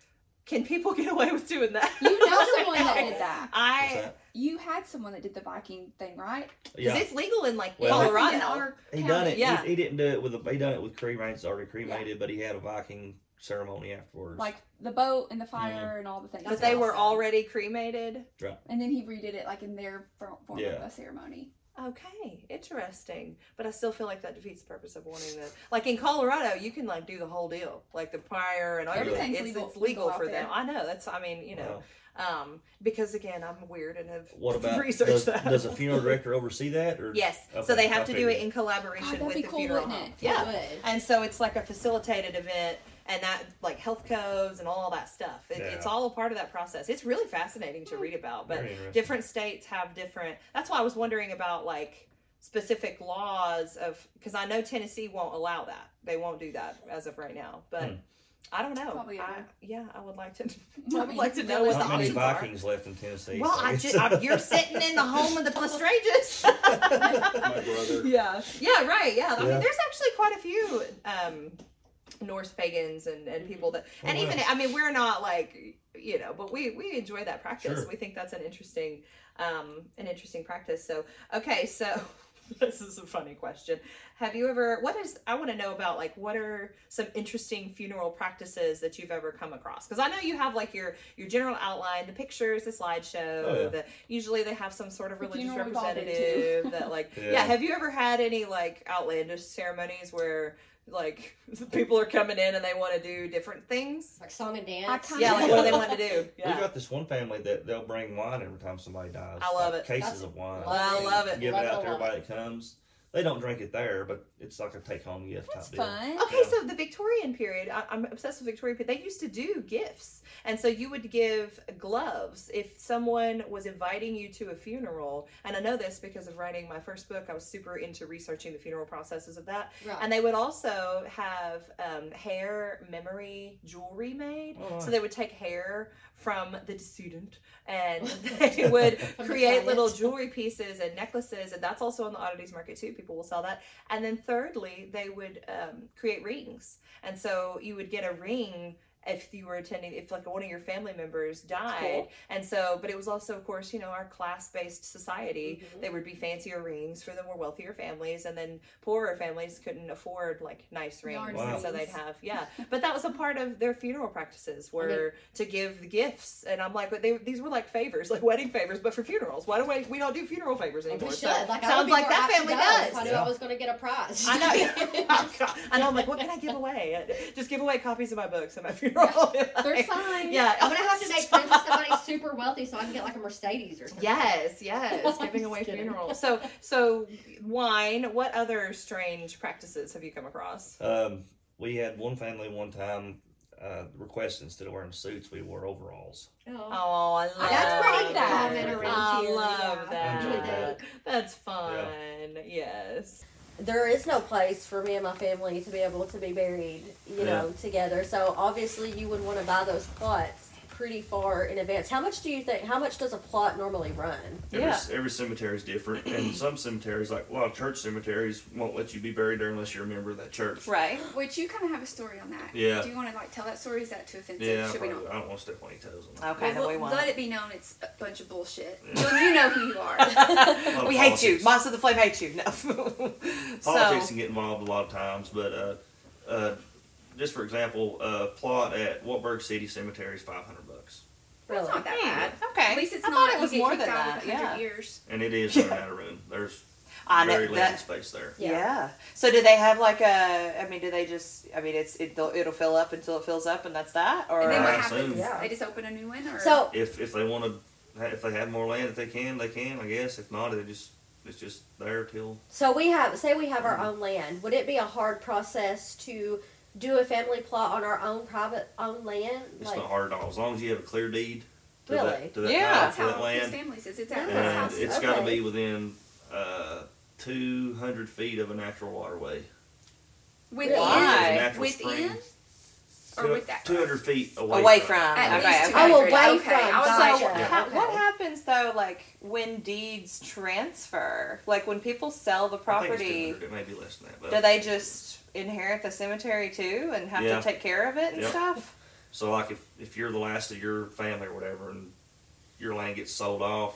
[SPEAKER 6] can people get away with doing that?
[SPEAKER 4] You know
[SPEAKER 6] Like,
[SPEAKER 4] someone that did that.
[SPEAKER 5] What's
[SPEAKER 6] I,
[SPEAKER 5] that?
[SPEAKER 4] You had someone that did the Viking thing, right?
[SPEAKER 6] because
[SPEAKER 5] Yeah,
[SPEAKER 6] it's legal in like
[SPEAKER 5] Well-
[SPEAKER 4] In
[SPEAKER 6] Colorado.
[SPEAKER 4] our
[SPEAKER 5] he
[SPEAKER 4] county.
[SPEAKER 5] done it.
[SPEAKER 6] yeah.
[SPEAKER 5] He, he didn't do it with a. He done it with cremains already cremated, but he had a Viking ceremony afterwards.
[SPEAKER 4] Like the boat and the fire and all the things.
[SPEAKER 6] But they were
[SPEAKER 7] awesome.
[SPEAKER 6] already cremated.
[SPEAKER 4] And then he redid it like in their form form of
[SPEAKER 5] Yeah.
[SPEAKER 4] a ceremony.
[SPEAKER 6] Okay, interesting. But I still feel like that defeats the purpose of wanting to. Like in Colorado, you can like do the whole deal, like the prior and everything.
[SPEAKER 4] Everything's
[SPEAKER 6] It's,
[SPEAKER 4] legal-
[SPEAKER 6] it's legal
[SPEAKER 4] legal out
[SPEAKER 6] for them.
[SPEAKER 4] there.
[SPEAKER 6] I know. That's. I mean, you know,
[SPEAKER 5] Wow.
[SPEAKER 6] um, because again, I'm weird and have
[SPEAKER 5] what about
[SPEAKER 6] researched
[SPEAKER 5] does,
[SPEAKER 6] that.
[SPEAKER 5] does a funeral director oversee that? Or
[SPEAKER 6] Yes.
[SPEAKER 5] Okay,
[SPEAKER 6] so they
[SPEAKER 5] I
[SPEAKER 6] have to do it
[SPEAKER 5] figured.
[SPEAKER 6] in collaboration
[SPEAKER 4] God, that'd
[SPEAKER 6] with
[SPEAKER 4] be
[SPEAKER 6] the
[SPEAKER 4] cool,
[SPEAKER 6] funeral
[SPEAKER 4] wouldn't
[SPEAKER 6] home.
[SPEAKER 4] it?
[SPEAKER 6] Yeah.
[SPEAKER 7] Would.
[SPEAKER 6] And so it's like a facilitated event, and that like health codes and all that stuff. It, It's
[SPEAKER 5] Yeah.
[SPEAKER 6] all a part of that process. It's really fascinating
[SPEAKER 4] Hmm.
[SPEAKER 6] to read about, but
[SPEAKER 5] Very interesting.
[SPEAKER 6] different states have different. That's why I was wondering about like specific laws of because I know Tennessee won't allow that. They won't do that as of right now, but.
[SPEAKER 5] Hmm.
[SPEAKER 6] I don't know.
[SPEAKER 4] Probably
[SPEAKER 6] I,
[SPEAKER 4] not.
[SPEAKER 6] yeah, I would like to. I
[SPEAKER 4] I
[SPEAKER 6] would
[SPEAKER 4] mean,
[SPEAKER 6] like to know
[SPEAKER 4] really
[SPEAKER 6] what the
[SPEAKER 5] Not many
[SPEAKER 6] options are.
[SPEAKER 5] Vikings left in Tennessee.
[SPEAKER 6] Well,
[SPEAKER 5] so
[SPEAKER 6] I
[SPEAKER 5] it's-
[SPEAKER 6] just, I, you're sitting in the home of the Plastrages.
[SPEAKER 5] my brother.
[SPEAKER 6] Yeah. Yeah, right. Yeah. I mean,
[SPEAKER 5] Yeah.
[SPEAKER 6] there's actually quite a few um, Norse pagans and, and people that,
[SPEAKER 5] Oh,
[SPEAKER 6] and
[SPEAKER 5] wow.
[SPEAKER 6] even, I mean, we're not like, you know, but we, we enjoy that practice.
[SPEAKER 5] Sure.
[SPEAKER 6] We think that's an interesting, um, an interesting practice. So, okay. So this is a funny question. Have you ever, what is, I want to know about like, what are some interesting funeral practices that you've ever come across? Cause I know you have like your, your general outline, the pictures, the slideshow,
[SPEAKER 5] Oh, yeah.
[SPEAKER 6] the, usually they have some sort of
[SPEAKER 4] The
[SPEAKER 6] religious
[SPEAKER 4] funeral we've all been to.
[SPEAKER 6] representative that like, yeah.
[SPEAKER 5] Yeah.
[SPEAKER 6] Have you ever had any like outlandish ceremonies where like people are coming in and they want to do different things?
[SPEAKER 7] like song and dance.
[SPEAKER 4] I kinda-
[SPEAKER 6] Yeah, like what do they want to do?
[SPEAKER 5] We
[SPEAKER 6] Yeah.
[SPEAKER 5] got this one family that they'll bring wine every time somebody dies.
[SPEAKER 6] I love
[SPEAKER 5] like
[SPEAKER 6] it.
[SPEAKER 5] Cases
[SPEAKER 7] That's-
[SPEAKER 5] of wine.
[SPEAKER 6] I love it.
[SPEAKER 5] Give
[SPEAKER 7] Love
[SPEAKER 5] it
[SPEAKER 7] it,
[SPEAKER 5] out to
[SPEAKER 7] love
[SPEAKER 5] everybody that comes. They don't drink it there, but it's like a take home gift
[SPEAKER 4] That's
[SPEAKER 5] type
[SPEAKER 4] fun.
[SPEAKER 5] deal.
[SPEAKER 6] Okay, so the Victorian period, I, I'm obsessed with Victorian period. They used to do gifts, and so you would give gloves if someone was inviting you to a funeral. And I know this because of writing my first book. I was super into researching the funeral processes of that.
[SPEAKER 7] Right.
[SPEAKER 6] And they would also have um, hair memory jewelry made.
[SPEAKER 5] Oh, wow.
[SPEAKER 6] So they would take hair from the decedent and they would
[SPEAKER 7] the
[SPEAKER 6] create little
[SPEAKER 7] client.
[SPEAKER 6] jewelry pieces and necklaces. And that's also on the oddities market too. People will sell that. And then thirdly, they would um, create rings. And so you would get a ring if you were attending if like one of your family members died and so but it was also of course you know our class-based society
[SPEAKER 7] Mhm.
[SPEAKER 6] there would be fancier rings for the more wealthier families and then poorer families couldn't afford like nice rings
[SPEAKER 4] Yarn
[SPEAKER 5] Wow.
[SPEAKER 6] and so they'd
[SPEAKER 4] rings.
[SPEAKER 6] have yeah but that was a part of their funeral practices were to give the gifts and i'm like but they, these were like favors like wedding favors but for funerals why do we, we don't do funeral favors
[SPEAKER 7] We
[SPEAKER 6] anymore
[SPEAKER 7] should.
[SPEAKER 6] so
[SPEAKER 7] Like, I would
[SPEAKER 6] sounds
[SPEAKER 7] be
[SPEAKER 6] like
[SPEAKER 7] more
[SPEAKER 6] that
[SPEAKER 7] apt to
[SPEAKER 6] family
[SPEAKER 7] go if
[SPEAKER 6] does
[SPEAKER 7] I knew
[SPEAKER 5] Yeah.
[SPEAKER 7] I was going to get a prize.
[SPEAKER 6] I know. Oh, God. I know. I'm like, what can I give away? Just give away copies of my books at my funeral.
[SPEAKER 4] They're signed.
[SPEAKER 6] Yeah.
[SPEAKER 7] I'm gonna have to make friends with somebody super wealthy so I can get like a Mercedes or something.
[SPEAKER 6] Yes, yes,
[SPEAKER 7] I'm
[SPEAKER 6] giving
[SPEAKER 7] just
[SPEAKER 6] away
[SPEAKER 7] kidding.
[SPEAKER 6] funerals. So, so wine. What other strange practices have you come across?
[SPEAKER 5] Um, we had one family one time uh, request instead of wearing suits, we wore overalls.
[SPEAKER 6] Oh,
[SPEAKER 7] Oh.
[SPEAKER 6] I love
[SPEAKER 4] That's pretty
[SPEAKER 6] that.
[SPEAKER 5] common
[SPEAKER 7] around
[SPEAKER 6] I
[SPEAKER 7] here,
[SPEAKER 6] love
[SPEAKER 7] yeah.
[SPEAKER 5] I enjoyed
[SPEAKER 6] that.
[SPEAKER 5] that.
[SPEAKER 6] That's fun. Yes.
[SPEAKER 8] there is no place for me and my family to be able to be buried, you know, together. So obviously you would want to buy those plots
[SPEAKER 7] pretty far in advance. How much do you think? How much does a plot normally run?
[SPEAKER 5] Every,
[SPEAKER 6] Yeah.
[SPEAKER 5] every cemetery is different, and some cemeteries, like a lot of church cemeteries, won't let you be buried there unless you're a member of that church.
[SPEAKER 6] Right.
[SPEAKER 4] Which you kind of have a story on that.
[SPEAKER 5] Yeah.
[SPEAKER 4] Do you want to like tell that story? Is that too offensive?
[SPEAKER 5] Yeah,
[SPEAKER 4] Should we
[SPEAKER 5] probably.
[SPEAKER 4] not?
[SPEAKER 5] I don't want to step on any toes on that.
[SPEAKER 6] Okay.
[SPEAKER 4] Well,
[SPEAKER 6] no, we
[SPEAKER 4] we'll
[SPEAKER 6] won't.
[SPEAKER 4] let it be known it's a bunch of bullshit.
[SPEAKER 5] Yeah.
[SPEAKER 4] Well, you know who you are.
[SPEAKER 5] A lot of
[SPEAKER 6] we hate you.
[SPEAKER 5] politics-
[SPEAKER 6] Monster of the Flame hates you. No. so,
[SPEAKER 5] Politics can get involved a lot of times, but uh, uh, just for example, uh, plot at Waltburg City Cemetery is five hundred bucks,
[SPEAKER 4] it's not that bad.
[SPEAKER 6] Hmm, okay.
[SPEAKER 4] At least it's
[SPEAKER 6] I
[SPEAKER 4] not.
[SPEAKER 6] thought it
[SPEAKER 4] you
[SPEAKER 6] was
[SPEAKER 4] get
[SPEAKER 6] more
[SPEAKER 4] kicked
[SPEAKER 6] than
[SPEAKER 4] out
[SPEAKER 6] that.
[SPEAKER 4] of the 100
[SPEAKER 6] Yeah.
[SPEAKER 4] Years.
[SPEAKER 5] and it is running out of room. There's
[SPEAKER 6] I know
[SPEAKER 5] very limited
[SPEAKER 6] that-
[SPEAKER 5] space there.
[SPEAKER 6] Yeah.
[SPEAKER 7] Yeah.
[SPEAKER 6] So do they have like a? I mean, do they just? I mean, it's it, they'll- it'll fill up until it fills up, and that's that. Or
[SPEAKER 4] And then what
[SPEAKER 5] Right,
[SPEAKER 4] happens?
[SPEAKER 5] soon.
[SPEAKER 7] Yeah.
[SPEAKER 4] They just open a new one. Or
[SPEAKER 7] So
[SPEAKER 5] If if they want to, if they have more land that they can, they can. I guess if not, they just it's just there till
[SPEAKER 7] So we have, say we have our own land. Would it be a hard process to do a family plot on our own private own land?
[SPEAKER 5] it's not hard at all. As long as you have a clear deed to
[SPEAKER 7] Really?
[SPEAKER 5] that to that,
[SPEAKER 6] Yeah.
[SPEAKER 5] title,
[SPEAKER 4] that's
[SPEAKER 5] to that
[SPEAKER 4] how his
[SPEAKER 5] land,
[SPEAKER 4] family says. It's at his
[SPEAKER 7] Yeah.
[SPEAKER 5] and
[SPEAKER 4] house.
[SPEAKER 7] houses.
[SPEAKER 5] it's got to
[SPEAKER 7] Okay.
[SPEAKER 5] be within uh, two hundred feet of a natural waterway.
[SPEAKER 4] Within,
[SPEAKER 6] Why?
[SPEAKER 5] Natural
[SPEAKER 4] within,
[SPEAKER 5] spring.
[SPEAKER 4] or with that.
[SPEAKER 5] two hundred feet away,
[SPEAKER 6] away
[SPEAKER 5] from.
[SPEAKER 6] from.
[SPEAKER 4] At
[SPEAKER 6] okay.
[SPEAKER 4] least
[SPEAKER 6] okay.
[SPEAKER 4] two
[SPEAKER 7] Oh,
[SPEAKER 4] hundred.
[SPEAKER 7] away
[SPEAKER 4] okay.
[SPEAKER 7] from,
[SPEAKER 4] I was
[SPEAKER 6] So
[SPEAKER 4] like,
[SPEAKER 7] Gotcha.
[SPEAKER 6] what, ha-
[SPEAKER 7] Okay.
[SPEAKER 6] what happens though, like when deeds transfer, like when people sell the
[SPEAKER 5] I think it's
[SPEAKER 6] property,
[SPEAKER 5] 200, It may be less than that. But
[SPEAKER 6] do they just inherit the cemetery too and have
[SPEAKER 5] Yeah.
[SPEAKER 6] to take care of it and
[SPEAKER 5] Yep.
[SPEAKER 6] stuff?
[SPEAKER 5] So like if, if you're the last of your family or whatever and your land gets sold off,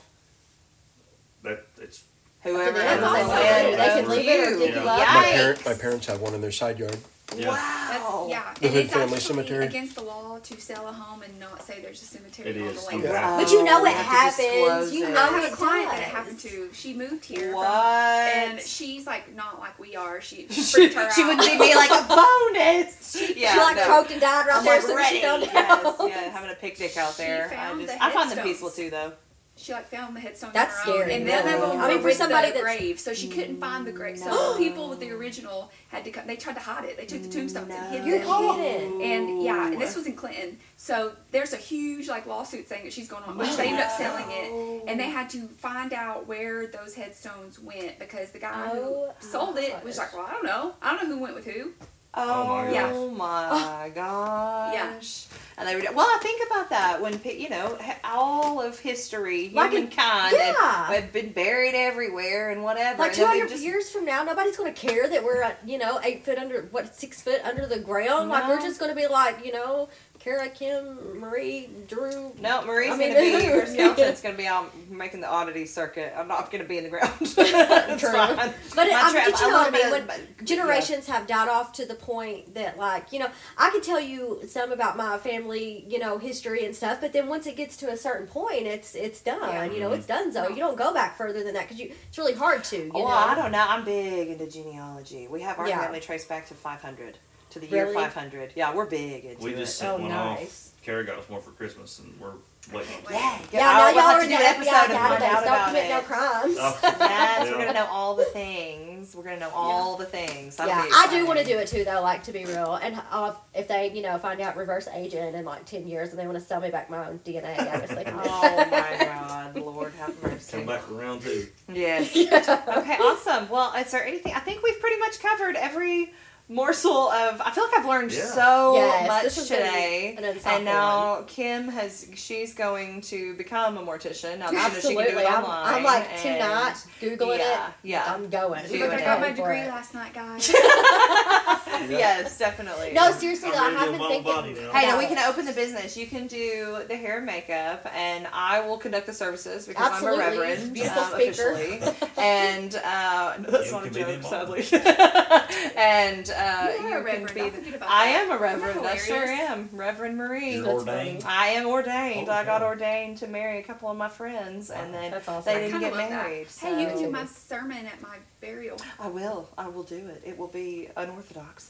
[SPEAKER 5] that it's
[SPEAKER 6] Whoever
[SPEAKER 7] That's
[SPEAKER 6] owns
[SPEAKER 7] awesome.
[SPEAKER 6] the land
[SPEAKER 5] They could
[SPEAKER 6] owns
[SPEAKER 7] leave it or
[SPEAKER 6] you.
[SPEAKER 7] they could
[SPEAKER 6] Yikes.
[SPEAKER 7] love
[SPEAKER 9] My, parent, my parents have one in their side yard.
[SPEAKER 5] Yeah.
[SPEAKER 6] Wow.
[SPEAKER 4] That's, yeah,
[SPEAKER 9] The
[SPEAKER 4] and
[SPEAKER 9] Hood
[SPEAKER 4] it's
[SPEAKER 9] Family
[SPEAKER 4] actually
[SPEAKER 9] Cemetery.
[SPEAKER 4] against the law to sell a home and not say there's a cemetery
[SPEAKER 5] It
[SPEAKER 4] on
[SPEAKER 5] is.
[SPEAKER 4] the land.
[SPEAKER 9] Okay.
[SPEAKER 6] Wow.
[SPEAKER 7] But you know it
[SPEAKER 6] You have to
[SPEAKER 7] happens.
[SPEAKER 6] disclose
[SPEAKER 7] You
[SPEAKER 6] it.
[SPEAKER 7] know
[SPEAKER 4] I have
[SPEAKER 7] it
[SPEAKER 4] a client that it
[SPEAKER 7] does.
[SPEAKER 4] happened to. She moved here,
[SPEAKER 6] What?
[SPEAKER 4] and she's like not like we are. She it
[SPEAKER 6] she,
[SPEAKER 4] freaked her
[SPEAKER 6] she
[SPEAKER 4] out.
[SPEAKER 6] would be like a bonus. yeah,
[SPEAKER 7] she like
[SPEAKER 6] no.
[SPEAKER 7] croaked and died right
[SPEAKER 6] I'm
[SPEAKER 7] there,
[SPEAKER 6] like
[SPEAKER 7] so
[SPEAKER 6] ready.
[SPEAKER 7] she don't
[SPEAKER 6] Yes,
[SPEAKER 7] know.
[SPEAKER 6] yeah, having a picnic out
[SPEAKER 4] She
[SPEAKER 6] there. I
[SPEAKER 4] found
[SPEAKER 6] just
[SPEAKER 4] the
[SPEAKER 6] I find them
[SPEAKER 4] headstones.
[SPEAKER 6] peaceful too though.
[SPEAKER 4] She like found the headstone.
[SPEAKER 7] That's
[SPEAKER 4] on her own,
[SPEAKER 7] scary,
[SPEAKER 4] And then they
[SPEAKER 7] really.
[SPEAKER 4] were
[SPEAKER 7] I mean, for
[SPEAKER 4] with
[SPEAKER 7] somebody
[SPEAKER 4] the
[SPEAKER 7] that's-
[SPEAKER 4] grave, so she couldn't find the grave. So
[SPEAKER 7] No.
[SPEAKER 4] people with the original had to come. They tried to hide it. They took the tombstones and hid
[SPEAKER 7] You're
[SPEAKER 4] them.
[SPEAKER 7] kidding.
[SPEAKER 4] And yeah, and this was in Clinton. So there's a huge like lawsuit thing that she's going on, which they ended up selling it. And they had to find out where those headstones went because the guy
[SPEAKER 7] Oh,
[SPEAKER 4] who sold it was
[SPEAKER 7] gosh.
[SPEAKER 4] like, Well, I don't know. I don't know who went with who.
[SPEAKER 6] Oh,
[SPEAKER 5] my
[SPEAKER 6] my,
[SPEAKER 4] gosh.
[SPEAKER 6] gosh. And they were, well, I think about that when, pe- you know, he- all of history,
[SPEAKER 7] Like in-
[SPEAKER 6] humankind,
[SPEAKER 7] yeah.
[SPEAKER 6] had, had been buried everywhere and whatever.
[SPEAKER 7] Like
[SPEAKER 6] and then we
[SPEAKER 7] 200 years from now, nobody's going to care that we're, uh, you know, eight foot under, what, six foot under the ground. Like,
[SPEAKER 6] No.
[SPEAKER 7] we're just going to be like, you know, Kara, Kim, Marie, Drew.
[SPEAKER 6] No, Marie's
[SPEAKER 7] I mean,
[SPEAKER 6] gonna be her
[SPEAKER 7] yeah.
[SPEAKER 6] skeleton's gonna be out making the oddity circuit. I'm not gonna be in the ground. That's
[SPEAKER 7] True.
[SPEAKER 6] fine.
[SPEAKER 7] But it-
[SPEAKER 6] My
[SPEAKER 7] I mean,
[SPEAKER 6] trap-
[SPEAKER 7] did you know
[SPEAKER 6] love
[SPEAKER 7] what I mean?
[SPEAKER 6] it, but-
[SPEAKER 7] generations have died off to the point that like you know i could tell you some about my family you know history and stuff but then once it gets to a certain point it's it's done
[SPEAKER 4] Yeah.
[SPEAKER 7] you know it's
[SPEAKER 6] Mm-hmm.
[SPEAKER 7] done so you don't go back further than that because you it's really hard to you
[SPEAKER 6] Yeah.
[SPEAKER 7] know
[SPEAKER 6] Well, Oh, I don't know. I'm big into genealogy. We have our
[SPEAKER 7] Yeah.
[SPEAKER 6] family traced back to 500, to the year
[SPEAKER 7] Really?
[SPEAKER 6] 500. Yeah, we're big into
[SPEAKER 5] we
[SPEAKER 6] it.
[SPEAKER 5] just sent
[SPEAKER 7] Oh,
[SPEAKER 5] one
[SPEAKER 7] nice.
[SPEAKER 5] off. Carrie got us one for Christmas and we're waiting on
[SPEAKER 6] yeah,
[SPEAKER 5] that.
[SPEAKER 7] yeah now
[SPEAKER 6] oh, we'll
[SPEAKER 7] y'all
[SPEAKER 6] have
[SPEAKER 7] are
[SPEAKER 6] to
[SPEAKER 7] in
[SPEAKER 6] do
[SPEAKER 7] the
[SPEAKER 6] an episode and
[SPEAKER 7] fbi
[SPEAKER 6] find out
[SPEAKER 7] database don't
[SPEAKER 6] about
[SPEAKER 7] commit
[SPEAKER 6] it.
[SPEAKER 7] no crimes
[SPEAKER 5] Oh,
[SPEAKER 6] Yes,
[SPEAKER 5] Yeah.
[SPEAKER 6] we're gonna know all the things. We're gonna know all the things. That'll
[SPEAKER 7] yeah
[SPEAKER 6] be
[SPEAKER 7] i do want to
[SPEAKER 6] exciting.
[SPEAKER 7] do it too though like to be real and uh, if they you know find out reverse agent in like 10 years and they want to sell me back my own dna i guess they can
[SPEAKER 6] Oh my God, Lord have mercy.
[SPEAKER 5] Come back for round two.
[SPEAKER 6] Yes.
[SPEAKER 7] Yeah.
[SPEAKER 6] Okay. Awesome. Well, is there anything? I think we've pretty much covered every morsel of. I feel like I've learned
[SPEAKER 5] Yeah.
[SPEAKER 6] so
[SPEAKER 7] Yes,
[SPEAKER 6] much
[SPEAKER 7] this has been
[SPEAKER 6] today,
[SPEAKER 7] an insightful
[SPEAKER 6] and now Kim has. She's going to become a mortician. Now that she can do it
[SPEAKER 7] Absolutely. I'm,
[SPEAKER 6] online.
[SPEAKER 7] I'm like
[SPEAKER 6] and-
[SPEAKER 7] tonight googling
[SPEAKER 6] yeah,
[SPEAKER 7] it.
[SPEAKER 6] Yeah.
[SPEAKER 7] I'm going.
[SPEAKER 6] Do
[SPEAKER 4] Look,
[SPEAKER 6] it.
[SPEAKER 4] I got my
[SPEAKER 7] Going for
[SPEAKER 4] degree
[SPEAKER 7] it.
[SPEAKER 4] last night, guys.
[SPEAKER 6] Yes, definitely.
[SPEAKER 7] No, seriously,
[SPEAKER 5] I'm
[SPEAKER 7] though, I
[SPEAKER 5] ready to do
[SPEAKER 7] have been
[SPEAKER 5] my own body
[SPEAKER 7] thinking.
[SPEAKER 5] now.
[SPEAKER 6] Hey, now we can open the business. You can do the hair and makeup, and I will conduct the services because
[SPEAKER 7] Absolutely.
[SPEAKER 6] I'm a reverend
[SPEAKER 7] Beautiful
[SPEAKER 6] um,
[SPEAKER 7] speaker.
[SPEAKER 6] officially. And uh, no, that's
[SPEAKER 5] You
[SPEAKER 6] not a
[SPEAKER 5] can be the
[SPEAKER 6] joke,
[SPEAKER 5] imam.
[SPEAKER 6] sadly. and uh,
[SPEAKER 4] You are a
[SPEAKER 6] you, can
[SPEAKER 4] reverend.
[SPEAKER 6] be.
[SPEAKER 4] Don't
[SPEAKER 6] The,
[SPEAKER 4] forget about
[SPEAKER 6] I
[SPEAKER 4] that.
[SPEAKER 6] am a reverend. I
[SPEAKER 4] That's
[SPEAKER 6] sure
[SPEAKER 4] hilarious.
[SPEAKER 6] am, Reverend Marie.
[SPEAKER 5] You're ordained.
[SPEAKER 6] I am ordained. I got
[SPEAKER 5] Okay.
[SPEAKER 6] ordained to marry a couple of my friends, and then
[SPEAKER 7] That's awesome.
[SPEAKER 4] I
[SPEAKER 6] they didn't
[SPEAKER 4] kinda
[SPEAKER 6] get
[SPEAKER 4] love that.
[SPEAKER 6] married.
[SPEAKER 4] Hey, you can
[SPEAKER 6] so-
[SPEAKER 4] do my sermon at my burial.
[SPEAKER 6] I will. I will do it. It will be unorthodox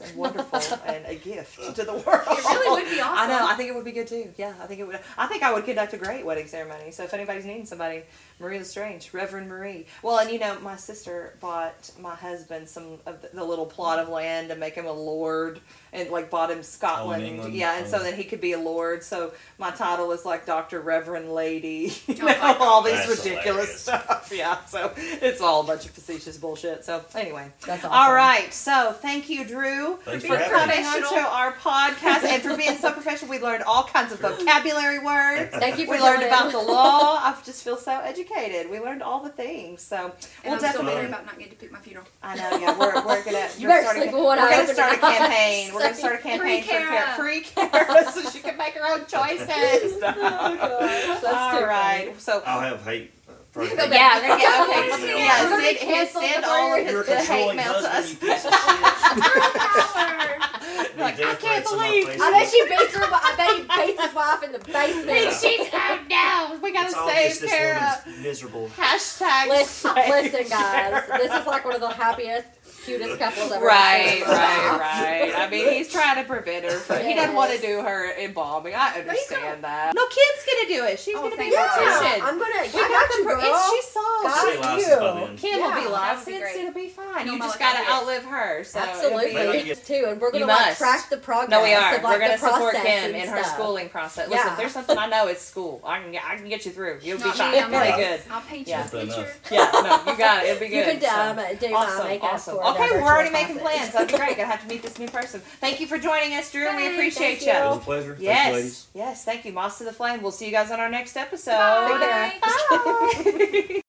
[SPEAKER 6] and wonderful and a gift to the world.
[SPEAKER 4] It really would be
[SPEAKER 6] I know.
[SPEAKER 4] awesome.
[SPEAKER 6] I think it would be good too. Yeah, I think it would. I think I would conduct a great wedding ceremony. So if anybody's needing somebody, Marie Lestrange, Reverend Marie. Well, and you know, my sister bought my husband some of the, the little plot of land to make him a lord, and like bought him Scotland.
[SPEAKER 5] England?
[SPEAKER 6] yeah, and
[SPEAKER 5] Oh.
[SPEAKER 6] so that he could be a lord. So my title is like Doctor Reverend Lady.
[SPEAKER 4] Oh
[SPEAKER 6] You know,
[SPEAKER 4] my God.
[SPEAKER 6] all these
[SPEAKER 5] That's
[SPEAKER 6] ridiculous
[SPEAKER 5] hilarious.
[SPEAKER 6] stuff. Yeah, so it's all a bunch of facetious bullshit. So anyway.
[SPEAKER 7] That's
[SPEAKER 6] All
[SPEAKER 7] awesome.
[SPEAKER 6] right. So thank you, Drew. you
[SPEAKER 5] Thanks
[SPEAKER 6] for
[SPEAKER 5] for
[SPEAKER 6] coming
[SPEAKER 5] having
[SPEAKER 6] on to our podcast and for being so professional. We learned all kinds of vocabulary words.
[SPEAKER 7] Thank you for
[SPEAKER 6] We learned
[SPEAKER 7] coming.
[SPEAKER 6] about the law. I just feel so educated. We learned all the things. So
[SPEAKER 4] And
[SPEAKER 6] we'll
[SPEAKER 4] I'm still
[SPEAKER 6] definitely.
[SPEAKER 4] worried about not getting to pick my funeral.
[SPEAKER 6] I know. Yeah, we're we're gonna.
[SPEAKER 7] You
[SPEAKER 6] we're
[SPEAKER 7] better
[SPEAKER 6] starting
[SPEAKER 7] sleep
[SPEAKER 6] a-
[SPEAKER 7] with one
[SPEAKER 6] We're
[SPEAKER 7] eye
[SPEAKER 6] gonna
[SPEAKER 7] open
[SPEAKER 6] start a
[SPEAKER 7] and out.
[SPEAKER 6] campaign. We're gonna start a campaign for Kara.
[SPEAKER 4] Kara.
[SPEAKER 6] free Kara, so she can make her own choices.
[SPEAKER 7] Oh gosh, that's
[SPEAKER 6] All
[SPEAKER 7] too
[SPEAKER 6] right. So
[SPEAKER 5] I'll have hate. Uh, for
[SPEAKER 4] You
[SPEAKER 5] hate.
[SPEAKER 4] go back.
[SPEAKER 6] yeah, there- yeah, okay.
[SPEAKER 5] We're gonna
[SPEAKER 6] yeah,
[SPEAKER 5] be
[SPEAKER 6] send, his,
[SPEAKER 7] canceled
[SPEAKER 6] send
[SPEAKER 7] before
[SPEAKER 6] all of
[SPEAKER 7] you're-
[SPEAKER 6] his
[SPEAKER 5] You're a
[SPEAKER 6] good hate
[SPEAKER 5] controlling
[SPEAKER 6] mail to us.
[SPEAKER 5] husband, you piece of shit. Be
[SPEAKER 6] Like, I
[SPEAKER 5] death
[SPEAKER 6] can't
[SPEAKER 5] threats in my
[SPEAKER 6] believe-
[SPEAKER 5] face.
[SPEAKER 7] I bet she beats her. I bet he beats his wife in the basement.
[SPEAKER 6] She's out now. We gotta
[SPEAKER 5] It's all
[SPEAKER 6] save
[SPEAKER 5] just this
[SPEAKER 6] Kara.
[SPEAKER 5] woman's miserable.
[SPEAKER 6] Hashtag
[SPEAKER 7] Listen,
[SPEAKER 6] save
[SPEAKER 7] listen, guys.
[SPEAKER 6] Kara.
[SPEAKER 7] This is like one of the happiest, cutest couples ever.
[SPEAKER 6] Right, right, right. I mean, he's trying to prevent her. From, He doesn't want to
[SPEAKER 7] Yes.
[SPEAKER 6] do her embalming. I
[SPEAKER 4] he's gonna-
[SPEAKER 6] understand that. No, Kim's gonna do it. She's
[SPEAKER 4] Oh,
[SPEAKER 6] gonna be
[SPEAKER 4] thank
[SPEAKER 6] a
[SPEAKER 4] God.
[SPEAKER 7] Yeah,
[SPEAKER 6] mortician.
[SPEAKER 7] I'm gonna. I
[SPEAKER 6] We
[SPEAKER 7] got,
[SPEAKER 6] got
[SPEAKER 7] you,
[SPEAKER 6] the, pro-
[SPEAKER 7] girl.
[SPEAKER 6] it's she saw.
[SPEAKER 7] Got
[SPEAKER 5] She
[SPEAKER 7] you.
[SPEAKER 5] licensed by then.
[SPEAKER 6] Kim will
[SPEAKER 7] Yeah,
[SPEAKER 6] be
[SPEAKER 4] that would be
[SPEAKER 6] licensed.
[SPEAKER 4] great.
[SPEAKER 6] It'll be fine. You,
[SPEAKER 4] No,
[SPEAKER 6] just
[SPEAKER 4] my life
[SPEAKER 6] gotta
[SPEAKER 4] will
[SPEAKER 6] outlive her. So
[SPEAKER 5] But
[SPEAKER 6] it'll
[SPEAKER 5] I
[SPEAKER 7] Absolutely,
[SPEAKER 6] be-
[SPEAKER 5] get-
[SPEAKER 7] too, and we're
[SPEAKER 6] You
[SPEAKER 7] gonna like,
[SPEAKER 6] must.
[SPEAKER 7] track the progress.
[SPEAKER 6] No, we are.
[SPEAKER 7] Of, like,
[SPEAKER 6] We're gonna
[SPEAKER 7] the
[SPEAKER 6] support
[SPEAKER 7] process
[SPEAKER 6] Kim
[SPEAKER 7] and
[SPEAKER 6] in her
[SPEAKER 7] stuff.
[SPEAKER 6] schooling process. Listen,
[SPEAKER 7] Yeah.
[SPEAKER 6] if there's something I know, it's school. I can get, I can get you through. You'll be
[SPEAKER 4] Not
[SPEAKER 6] fine.
[SPEAKER 4] me, I'm
[SPEAKER 6] Really
[SPEAKER 4] not.
[SPEAKER 6] good.
[SPEAKER 4] I'll paint
[SPEAKER 6] Yeah.
[SPEAKER 4] you a picture.
[SPEAKER 6] Yeah, no, you got it. It'll be
[SPEAKER 7] You
[SPEAKER 6] good.
[SPEAKER 7] could um,
[SPEAKER 6] so.
[SPEAKER 7] do
[SPEAKER 6] Awesome,
[SPEAKER 7] my makeup
[SPEAKER 6] awesome.
[SPEAKER 7] for the
[SPEAKER 6] Okay, we're
[SPEAKER 7] virtual
[SPEAKER 6] already making
[SPEAKER 7] process.
[SPEAKER 6] plans. That'd be great. Gonna have to meet this new person. Thank you for joining us, Drew. We
[SPEAKER 4] Thanks,
[SPEAKER 6] appreciate
[SPEAKER 7] thank
[SPEAKER 6] you.
[SPEAKER 7] you.
[SPEAKER 5] It was a pleasure. Thank you,
[SPEAKER 6] Yes.
[SPEAKER 5] ladies.
[SPEAKER 6] yes, thank you. Moss to the Flame. We'll see you guys on our next episode.
[SPEAKER 4] Bye.
[SPEAKER 6] Bye.